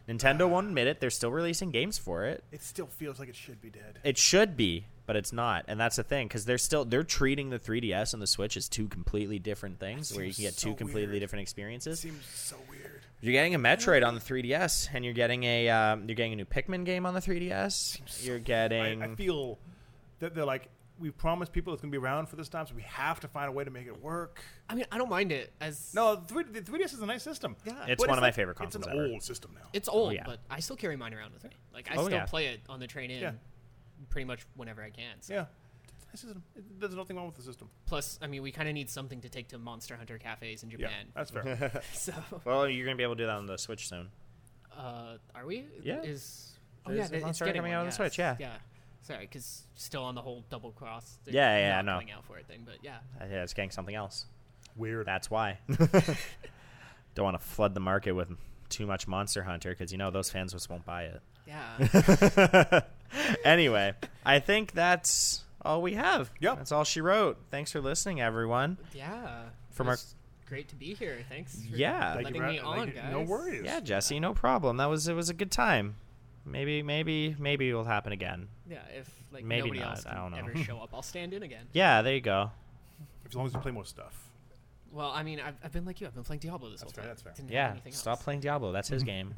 Speaker 3: Nintendo won't admit it. They're still releasing games for it.
Speaker 4: It still feels like it should be dead.
Speaker 3: It should be, but it's not, and that's the thing because they're still they're treating the 3DS and the Switch as two completely different things, where you
Speaker 4: seems
Speaker 3: can get
Speaker 4: so
Speaker 3: two completely
Speaker 4: weird.
Speaker 3: different experiences.
Speaker 4: seems so weird.
Speaker 3: You're getting a Metroid on the 3DS, and you're getting a um, you're getting a new Pikmin game on the 3DS. You're getting
Speaker 4: I, I feel that they're like, we promised people it's going to be around for this time, so we have to find a way to make it work.
Speaker 5: I mean, I don't mind it as
Speaker 4: No, the 3, the 3DS is a nice system. Yeah,
Speaker 3: It's one of my favorite
Speaker 4: It's an
Speaker 3: consoles ever.
Speaker 4: old system now.
Speaker 5: it's old,
Speaker 3: Oh, yeah.
Speaker 5: but I still carry mine around with me. Like I
Speaker 3: Oh,
Speaker 5: still
Speaker 3: yeah.
Speaker 5: play it on the train in,
Speaker 4: Yeah.
Speaker 5: pretty much whenever I can. So.
Speaker 4: yeah, it's a nice system. It- There's nothing wrong with the system.
Speaker 5: Plus, I mean, we kind of need something to take to Monster Hunter cafes in
Speaker 4: Yeah,
Speaker 5: Japan.
Speaker 4: that's fair.
Speaker 5: so,
Speaker 3: well, you're gonna be able to do that on the Switch soon.
Speaker 5: uh, are we?
Speaker 3: Yeah.
Speaker 5: Is oh
Speaker 3: There's
Speaker 5: yeah,
Speaker 3: a
Speaker 5: th- it's
Speaker 3: Monster Hunter
Speaker 5: getting
Speaker 3: coming
Speaker 5: one,
Speaker 3: out on the
Speaker 5: yes.
Speaker 3: Switch, yeah.
Speaker 5: Yeah. Sorry, because still on the whole double cross. they're
Speaker 3: Yeah, yeah, I
Speaker 5: not
Speaker 3: know.
Speaker 5: Coming out for it thing, but yeah.
Speaker 3: Uh, Yeah, it's getting something else.
Speaker 4: Weird.
Speaker 3: That's why. Don't want to flood the market with too much Monster Hunter because you know those fans just won't buy it.
Speaker 5: Yeah.
Speaker 3: anyway, I think that's all we have.
Speaker 4: Yep.
Speaker 3: That's all she wrote. Thanks for listening, everyone.
Speaker 5: yeah.
Speaker 3: From
Speaker 5: It
Speaker 3: our-
Speaker 5: was great to be here. Thanks. For
Speaker 3: Yeah. Thank
Speaker 4: Thank you
Speaker 5: Letting
Speaker 4: for ha-
Speaker 5: me on,
Speaker 4: thank you-
Speaker 5: guys.
Speaker 4: No worries.
Speaker 3: Yeah, Jesse, no problem. That was it was a good time. Maybe maybe maybe it'll happen again.
Speaker 5: Yeah. If like
Speaker 3: Maybe
Speaker 5: nobody
Speaker 3: not,
Speaker 5: else
Speaker 3: I
Speaker 5: can
Speaker 3: don't know.
Speaker 5: ever show up, I'll stand in again.
Speaker 3: Yeah, there you go.
Speaker 4: As long as you play more stuff.
Speaker 5: Well, I mean, I've, I've been like you. I've been playing Diablo this
Speaker 4: That's fair,
Speaker 5: whole time.
Speaker 4: that's fair.
Speaker 5: Didn't have
Speaker 3: Yeah,
Speaker 5: anything
Speaker 3: stop
Speaker 5: else.
Speaker 3: playing Diablo. That's his game.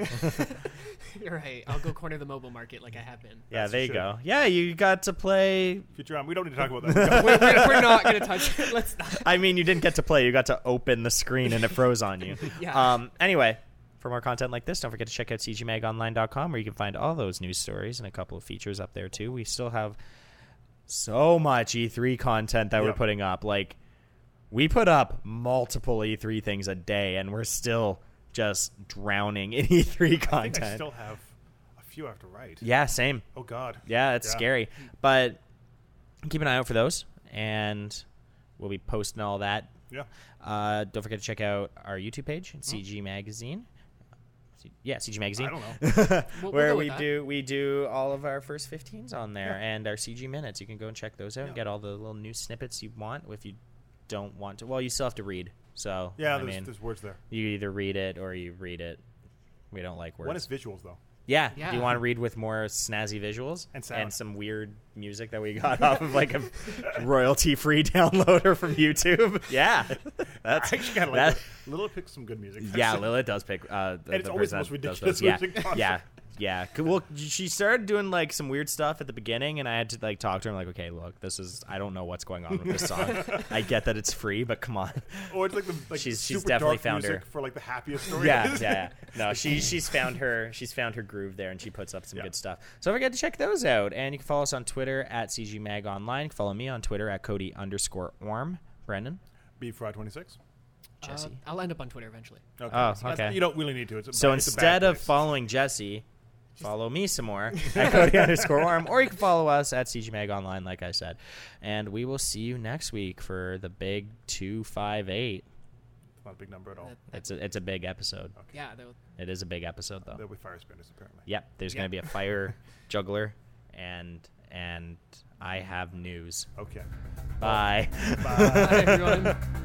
Speaker 5: You're right. I'll go corner the mobile market like I have been.
Speaker 3: yeah,
Speaker 4: That's
Speaker 3: there you
Speaker 4: for sure.
Speaker 3: go. Yeah, you got to play.
Speaker 4: Futurama, we don't need to talk about that.
Speaker 5: we're, we're, we're not gonna touch it. Let's not.
Speaker 3: I mean, you didn't get to play. You got to open the screen and it froze on you.
Speaker 5: Yeah.
Speaker 3: Um, anyway, for more content like this, don't forget to check out cgmagonline.com where you can find all those news stories and a couple of features up there too. We still have so much E3 content that we're
Speaker 4: Yep.
Speaker 3: putting up. Like we put up multiple E3 things a day and we're still just drowning in E3
Speaker 4: I think
Speaker 3: content.
Speaker 4: I still have a few I have to write.
Speaker 3: yeah, same.
Speaker 4: Oh, God.
Speaker 3: Yeah, it's scary. But keep an eye out for those and we'll be posting all that
Speaker 4: Yeah.
Speaker 3: uh, don't forget to check out our YouTube page, CG Magazine. C- Yeah, CG Magazine.
Speaker 4: I don't know.
Speaker 5: We'll- we'll
Speaker 3: Where
Speaker 5: go
Speaker 3: we
Speaker 5: with that.
Speaker 3: do we do all of our first 15s on there and our CG minutes. You can go and check those out and
Speaker 4: Yeah.
Speaker 3: get all the little new snippets you want. If you don't want to, well, you still have to read. So
Speaker 4: Yeah,
Speaker 3: I
Speaker 4: there's,
Speaker 3: mean,
Speaker 4: there's words there.
Speaker 3: you either read it or you read it. We don't like words.
Speaker 4: One is visuals, though.
Speaker 3: yeah,
Speaker 5: Yeah.
Speaker 3: you want to read with more snazzy visuals
Speaker 4: And sound.
Speaker 3: some weird music that we got off of like a royalty-free downloader from YouTube. Yeah, that's
Speaker 4: I actually kind of
Speaker 3: that-
Speaker 4: like that. Little picks some good music.
Speaker 3: yeah, Lilith does pick. Uh, the,
Speaker 4: And it's
Speaker 3: the
Speaker 4: always
Speaker 3: person
Speaker 4: the most
Speaker 3: that does those.
Speaker 4: ridiculous
Speaker 3: Yeah,
Speaker 4: music possible.
Speaker 3: yeah. Yeah, c- well, she started doing like some weird stuff at the beginning, and I had to like talk to her. I'm like, okay, look, this is I don't know what's going on with this song. I get that it's free, but come on.
Speaker 4: Or it's like the like
Speaker 3: She's- she's
Speaker 4: super
Speaker 3: definitely
Speaker 4: dark
Speaker 3: found her.
Speaker 4: music for like the happiest story.
Speaker 3: Yeah, yeah, yeah. No, she she's found her she's found her groove there, and she puts up some
Speaker 4: Yeah.
Speaker 3: good stuff. So I forget to check those out, and you can follow us on Twitter at CGMag Online. You can follow me on Twitter at Cody underscore Orm. Brendan,
Speaker 4: Beef Fry 26.
Speaker 5: Jesse. Uh, I'll end up on Twitter eventually.
Speaker 4: Okay.
Speaker 3: Oh,
Speaker 4: so that's-
Speaker 3: okay.
Speaker 4: You don't really need to. It's a,
Speaker 3: So
Speaker 4: it's a bad
Speaker 3: instead of
Speaker 4: place.
Speaker 3: following Jesse, follow me some more at Cody underscore Orm, or you can follow us at CGMag Online, like I said. And we will see you next week for the big 258.
Speaker 4: not a big number at all.
Speaker 3: It's a, it's a big episode.
Speaker 5: Yeah, that was-
Speaker 3: It is a big episode, though.
Speaker 4: There'll be fire spinners apparently.
Speaker 3: Yep, there's
Speaker 5: Yeah.
Speaker 3: going to be a fire juggler, and and I have news.
Speaker 4: Okay.
Speaker 3: Bye.
Speaker 5: Bye, everyone.